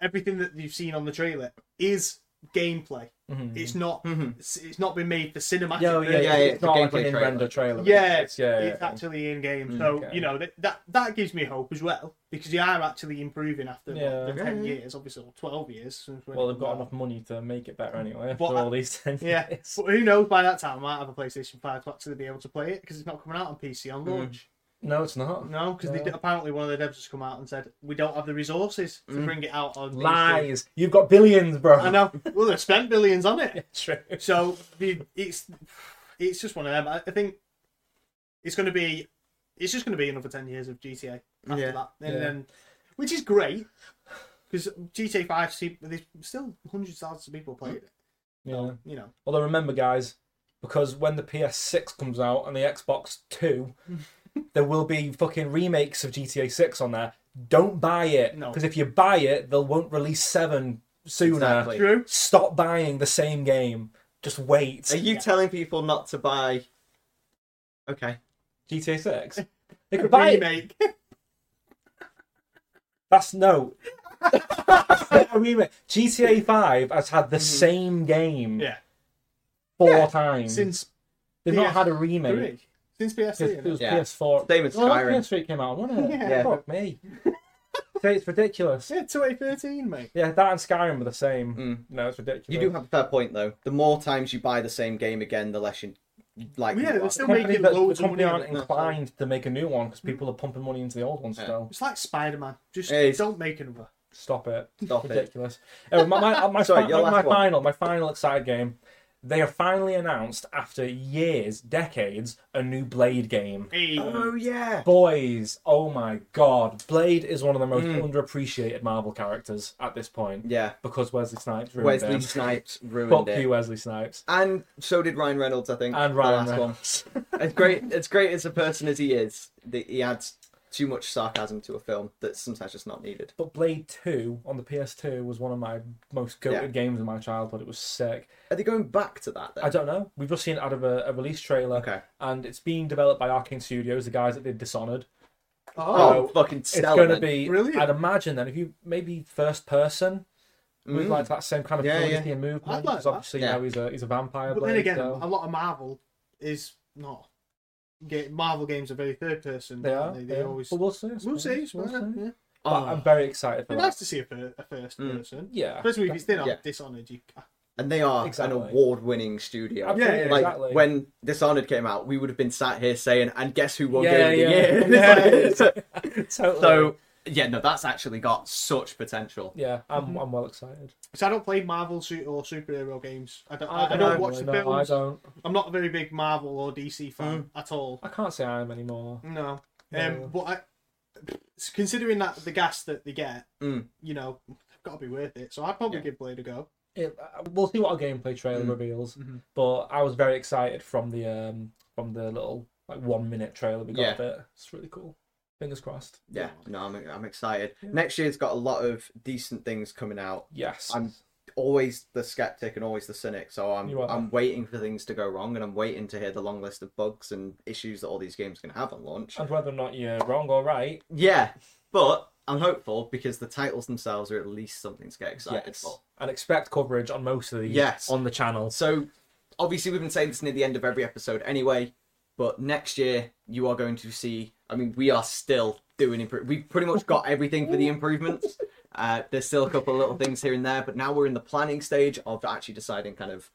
S2: everything that you've seen on the trailer is gameplay. It's not.
S3: Mhm.
S2: It's, it's not been made for cinematic.
S1: Hmm. yeah, Mm-hmm.
S2: version.
S1: yeah, yeah,
S3: yeah,
S1: It's
S3: it's a
S1: not like
S3: gameplay
S1: an in
S3: trailer.
S1: render trailer.
S2: Yeah,
S1: it's, yeah,
S2: it's
S1: yeah.
S2: actually in game. So
S1: okay.
S2: you know that, that that gives me hope as well because you are actually improving after what,
S1: Yeah.
S2: the
S3: Yeah,
S2: ten
S3: yeah.
S2: years, obviously, or twelve years. Since when
S1: Well,
S2: it
S1: they've got
S2: came out.
S1: enough money to make it better anyway.
S2: But
S1: After
S2: I-
S1: all these things,
S2: Yeah, but who knows? By that time, I might have a PlayStation Five to actually be able to play it because it's not coming out on PC on launch.
S1: No, it's not.
S2: No, because
S1: Mm. No.
S2: apparently one of the devs has come out and said we don't have the resources to bring it out on. PC."
S1: Mm. Lies. You've got billions, bro.
S2: I know. Well, they've spent billions on it.
S1: True.
S2: So the, it's it's just one of them. I, I think it's going to be it's just going to be another ten years of GTA after
S3: Yeah.
S2: that, and
S1: Yeah.
S2: then which is great because GTA Five see- there's still hundreds of thousands of people playing it.
S1: Yeah.
S2: You know,
S1: Although remember, guys, because when the PS6 comes out and the Xbox Two, there will be fucking remakes of GTA Six on there. Don't buy it
S2: No.
S1: because if you buy it, they won't release Seven sooner.
S3: Exactly.
S2: true.
S1: Stop buying the same game. Just wait.
S3: Are you
S2: Yeah.
S3: telling people not to buy? Okay.
S1: GTA Six. They could buy it.
S2: remake.
S1: That's no. That's not a remake. GTA Five has had the same game
S2: Mm-hmm. Yeah,
S1: four
S2: Yeah.
S1: times.
S2: since
S1: They've
S2: PS3.
S1: not had a remake.
S2: three, since E,
S1: It,
S2: PS3.
S1: it was
S3: Yeah.
S1: PS4.
S3: Same as
S1: Well,
S3: Skyrim.
S1: PS3 came out, wasn't it?
S2: Yeah.
S3: Yeah.
S1: Fuck me. So it's ridiculous.
S2: Yeah, 2013, mate.
S1: Yeah, that and Skyrim were the same.
S3: Mm.
S1: No, it's ridiculous.
S3: You do have a fair point though. The more times you buy the same game again, the less you like. you
S2: Yeah, they're
S3: are.
S2: still-
S1: The company,
S2: making
S1: that- the
S2: loads of
S1: company
S2: money
S1: aren't
S2: on it.
S1: inclined to make a new one because people are pumping money into the old one
S3: Yeah.
S1: still.
S2: It's like Spider Man. Just
S3: Hey.
S2: don't make another.
S1: Stop it.
S3: Stop it.
S1: ridiculous. Anyway, my my, my,
S3: Sorry,
S1: fi-
S3: your
S1: my
S3: last one.
S1: final my final excited game they have finally announced, after years, decades, a new Blade game.
S2: Hey,
S3: Oh yeah.
S1: Boys, oh my god, Blade is one of the most underappreciated Marvel characters at this point
S3: Mm. Yeah.
S1: because Wesley Snipes ruined
S3: Wesley
S1: him.
S3: Snipes ruined
S1: Fuck
S3: it.
S1: you, Wesley Snipes.
S3: And so did Ryan Reynolds, I think.
S1: And
S3: the
S1: Ryan
S3: last one.
S1: Reynolds.
S3: It's great. It's great as a person as he is. That he adds too much sarcasm to a film that's sometimes just not needed.
S1: But Blade 2 on the PS2 was one of my most goated
S3: Yeah.
S1: games in my childhood. It was sick.
S3: Are they going back to that? Then?
S1: I don't know. We've just seen it out of a, a release trailer.
S3: Okay.
S1: And it's being developed by Arkane Studios, the guys that did Dishonored.
S3: Oh,
S1: So,
S3: fucking
S1: It's
S3: stellar.
S1: going to
S3: then.
S1: be,
S2: Brilliant.
S1: I'd imagine then, if you maybe first person with
S3: Mm.
S1: like that same kind of
S3: Yeah,
S1: fluidity
S3: yeah.
S1: and
S2: I'd
S1: movement,
S2: like
S1: because
S2: that.
S1: obviously
S3: Yeah.
S1: now he's a, he's a vampire.
S2: But
S1: blade,
S2: then again,
S1: so-
S2: a lot of Marvel is not. Ga- Marvel games are very third person.
S1: they are.
S2: aren't They,
S1: yeah.
S2: always.
S1: But we'll see. I
S2: We'll
S1: suppose.
S2: see. it's
S1: We'll
S2: fine,
S1: see.
S2: yeah.
S1: But
S3: Oh.
S1: I'm very excited for
S2: It'd be nice
S1: that.
S2: to see a, fir- a first
S3: Mm.
S2: person.
S1: Hmm. Yeah.
S2: Especially if it's still on
S3: Yeah.
S2: Dishonored. You, I
S3: and they are
S1: Exactly.
S3: an award-winning studio.
S1: Absolutely,
S2: Yeah, yeah,
S3: like
S1: exactly.
S3: when Dishonored came out, we would have been sat here saying, "And guess who won
S1: Yeah,
S3: Game
S1: yeah.
S3: of the Year?"
S1: Yeah.
S3: so,
S1: totally.
S3: so, yeah, no, that's actually got such potential.
S1: yeah, I'm, I'm well excited.
S2: So I don't play Marvel su- or superhero games. I don't. I, I don't,
S1: know,
S2: watch the
S1: no, I
S2: films.
S1: don't.
S2: I'm not a very big Marvel or DC fan at all.
S1: I can't say I am anymore.
S2: No.
S1: No.
S2: Um, but I, considering that the gas that they get,
S1: Hmm.
S3: Mm.
S2: you know, got to be worth it. So I'd probably
S3: Yeah.
S2: give Blade a go.
S1: It, uh, we'll see what our gameplay trailer
S3: Mm.
S1: reveals.
S2: Mhm.
S1: But I was very excited from the um from the little like one minute trailer we got
S3: Yeah.
S1: of it. It's really cool. Fingers crossed.
S3: Yeah, no, I'm, I'm excited. Next year's got a lot of decent things coming out.
S1: Yes.
S3: I'm always the skeptic and always the cynic, so I'm
S1: You are.
S3: I'm waiting for things to go wrong, and I'm waiting to hear the long list of bugs and issues that all these games can have on launch.
S1: And whether or not you're wrong or right,
S3: Yeah, but I'm hopeful because the titles themselves are at least something to get excited for.
S1: And expect coverage on most of these
S3: Yes.
S1: on the channel.
S3: So, obviously, we've been saying this near the end of every episode anyway, but next year you are going to see. I mean, we are still doing. Impro- we've pretty much got everything for the improvements. Uh, there's still a couple of little things here and there, but now we're in the planning stage of actually deciding kind of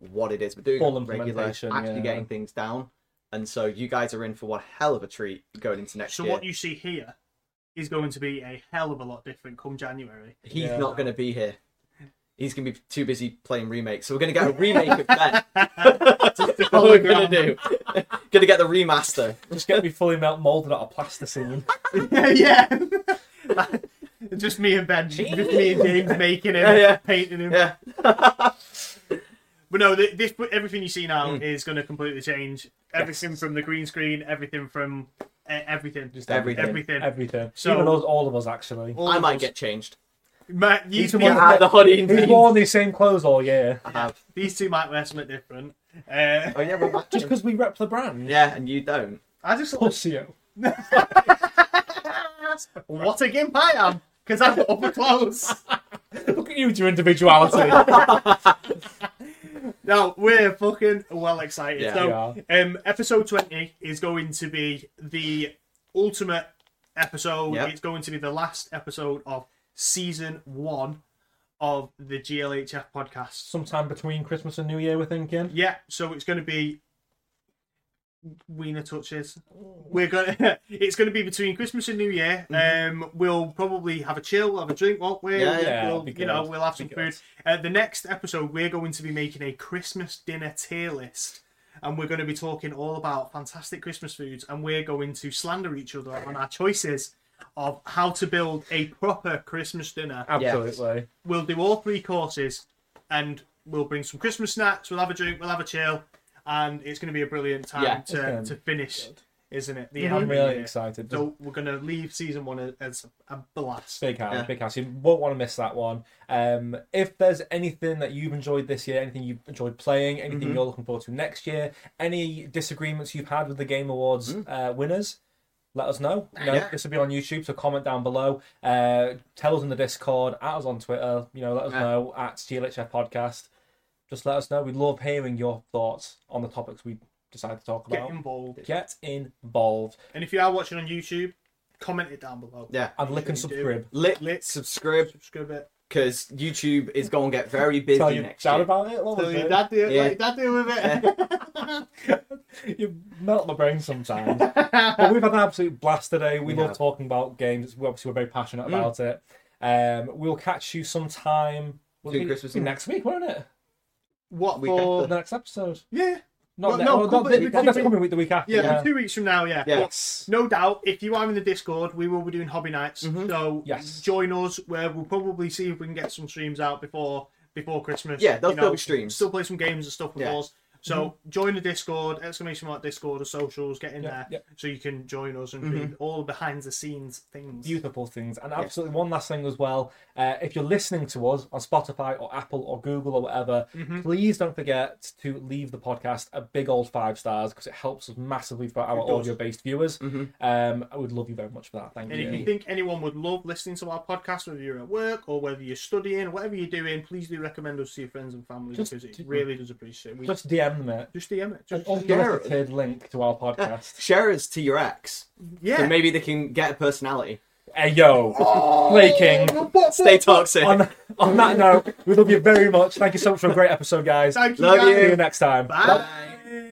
S3: what it is we're doing.
S1: Full
S3: on a regular,
S1: implementation,
S3: actually
S1: yeah.
S3: getting things down. And so you guys are in for one hell of a treat going into next
S2: So
S3: year.
S2: what you see here is going to be a hell of a lot different come January.
S3: He's
S1: Yeah.
S3: not going to be here. He's going to be too busy playing remakes. So we're going to get a remake of that. That's all we're going to do. going to get the remaster.
S1: Just get me fully melt molded out of plasticine.
S2: yeah. just me and Ben, just me and James making him,
S3: Yeah, yeah.
S2: painting him.
S3: Yeah.
S2: But no, thi- this everything you see now
S3: Hmm.
S2: is going to completely change everything from the green screen, everything from uh, everything.
S1: Just
S3: Everything.
S1: Everything.
S2: Everything.
S1: Everything.
S2: So-
S1: Even those, all of us actually.
S2: All
S3: I
S2: of
S3: might
S2: us-
S3: get changed.
S2: Ma-
S1: He's
S2: these,
S1: the
S2: two,
S1: one
S3: Yeah, the hoodie and
S1: He's
S3: jeans.
S1: worn these same clothes all year.
S3: I have.
S2: these two might wear something different. Uh,
S3: Oh, yeah, we're back.
S1: Just because we rep the brand.
S3: Yeah, and you don't.
S2: I just
S1: Pussio.
S2: what a gimp I am because I've got upper clothes.
S1: Look at you with your individuality.
S2: No, we're fucking well excited.
S3: Yeah.
S2: so, um, episode 20 is going to be the ultimate episode.
S3: Yep.
S2: It's going to be the last episode of season one of the GLHF podcast.
S1: Sometime between Christmas and New Year, we're thinking.
S2: Yeah, so it's going to be wiener touches. We're going. to it's going to be between Christmas and New Year. Um, we'll probably have a chill, have a drink, won't we?
S3: Yeah,
S2: We'll-
S1: Mm-hmm. yeah, it'll
S2: we'll,
S1: be
S2: you know,
S1: good.
S2: we'll have
S1: Be
S2: some
S1: good.
S2: food. Uh, the next episode, we're going to be making a Christmas dinner tier list. And we're going to be talking all about fantastic Christmas foods, and we're going to slander each other on our choices of how to build a proper Christmas dinner
S1: Uh, Absolutely.
S2: we'll do all three courses and we'll bring some Christmas snacks, we'll have a drink, we'll have a chill, and it's going to be a brilliant time
S3: Yeah, it's
S2: to,
S1: gonna
S2: to
S1: be
S2: finish, isn't it? The
S1: I'm
S2: end
S1: Mm-hmm. really
S2: of the year.
S1: excited.
S2: So we're going to leave season one as a blast.
S1: Big house,
S3: Yeah.
S1: big house. You won't want to miss that one. Um, if there's anything that you've enjoyed this year, anything you've enjoyed playing, anything
S3: Mm-hmm.
S1: you're looking forward to next year, any disagreements you've had with the Game Awards uh, winners, let us know. You know,
S3: Mm. Yeah.
S1: This will be on YouTube, so comment down below. Uh, tell us in the Discord, at us on Twitter. You know, let us
S3: Yeah.
S1: know at GLHF Podcast. Just let us know. We love hearing your thoughts on the topics we decide to talk
S2: Get
S1: about.
S2: involved.
S1: Get involved
S2: And if you are watching on YouTube, comment it down below.
S3: Yeah.
S1: and lick and
S2: Sure you do.
S1: subscribe.
S3: Lit,
S2: Lit.
S3: subscribe,
S2: Subscribe it.
S3: because YouTube is going to get very busy
S1: Tell your
S3: next
S1: dad
S3: year.
S1: about it. What
S2: Tell
S1: was
S2: your
S1: it?
S2: dad do it.
S3: Yeah.
S2: Let your dad deal with it.
S1: you melt my brain sometimes. but we've had an absolute blast today. We
S3: We
S1: love
S3: have.
S1: talking about games. It's- Obviously, we're very passionate
S2: Mm.
S1: about it. Um, we'll catch you sometime. Well,
S3: Between
S1: it'll be-
S3: Christmas
S1: it'll be
S3: and-
S1: next week, won't it?
S2: What
S3: Week
S2: for?
S1: The next episode.
S2: Yeah,
S1: Not
S2: Well,
S1: ne-
S2: no,
S1: oh,
S2: come
S1: not
S2: back
S1: thi-
S2: with
S1: oh,
S2: the
S1: that's
S2: TV.
S1: coming week the week after.
S2: yeah, two weeks from now. Yeah,
S3: Yeah.
S2: But no doubt. If you are in the Discord, we will be doing hobby nights.
S3: Mm-hmm.
S2: So
S1: Yes.
S2: join us. Where we'll probably see if we can get some streams out before before Christmas.
S3: Yeah,
S2: they'll
S3: there'll still be streams.
S2: Still play some games and stuff with
S3: Yeah. Mm-hmm.
S2: us. So join the Discord, exclamation mark Discord or socials, get in
S1: Yeah,
S2: there
S1: yeah.
S2: so you can join us and
S3: Mm-hmm.
S2: do all behind the scenes things.
S1: beautiful things. And absolutely, one last thing as well. Uh, if you're listening to us on Spotify or Apple or Google or whatever,
S2: Mm-hmm.
S1: please don't forget to leave the podcast a big old five stars because it helps us massively for our
S2: It does. Mm-hmm.
S1: audio based viewers. Um, I would love you very much for that. Thank
S2: And if you
S1: you.
S2: think anyone would love listening to our podcast, whether you're at work or whether you're studying, whatever you're doing, please do recommend us to your friends and family
S1: Just
S2: because it
S1: do-
S2: really does appreciate. We just,
S1: Just DM them it.
S2: DM it. Just,
S1: An unsolicited link to our podcast.
S3: Share us to your ex,
S2: yeah.
S3: so maybe they can get a personality.
S1: hey, yo,
S2: Oh,
S1: Play King.
S3: Stay toxic.
S1: On, on that note, we love you very much. Thank you so much for a great episode, guys.
S2: Thank you
S3: Love
S2: guys.
S1: See you next time.
S2: Bye.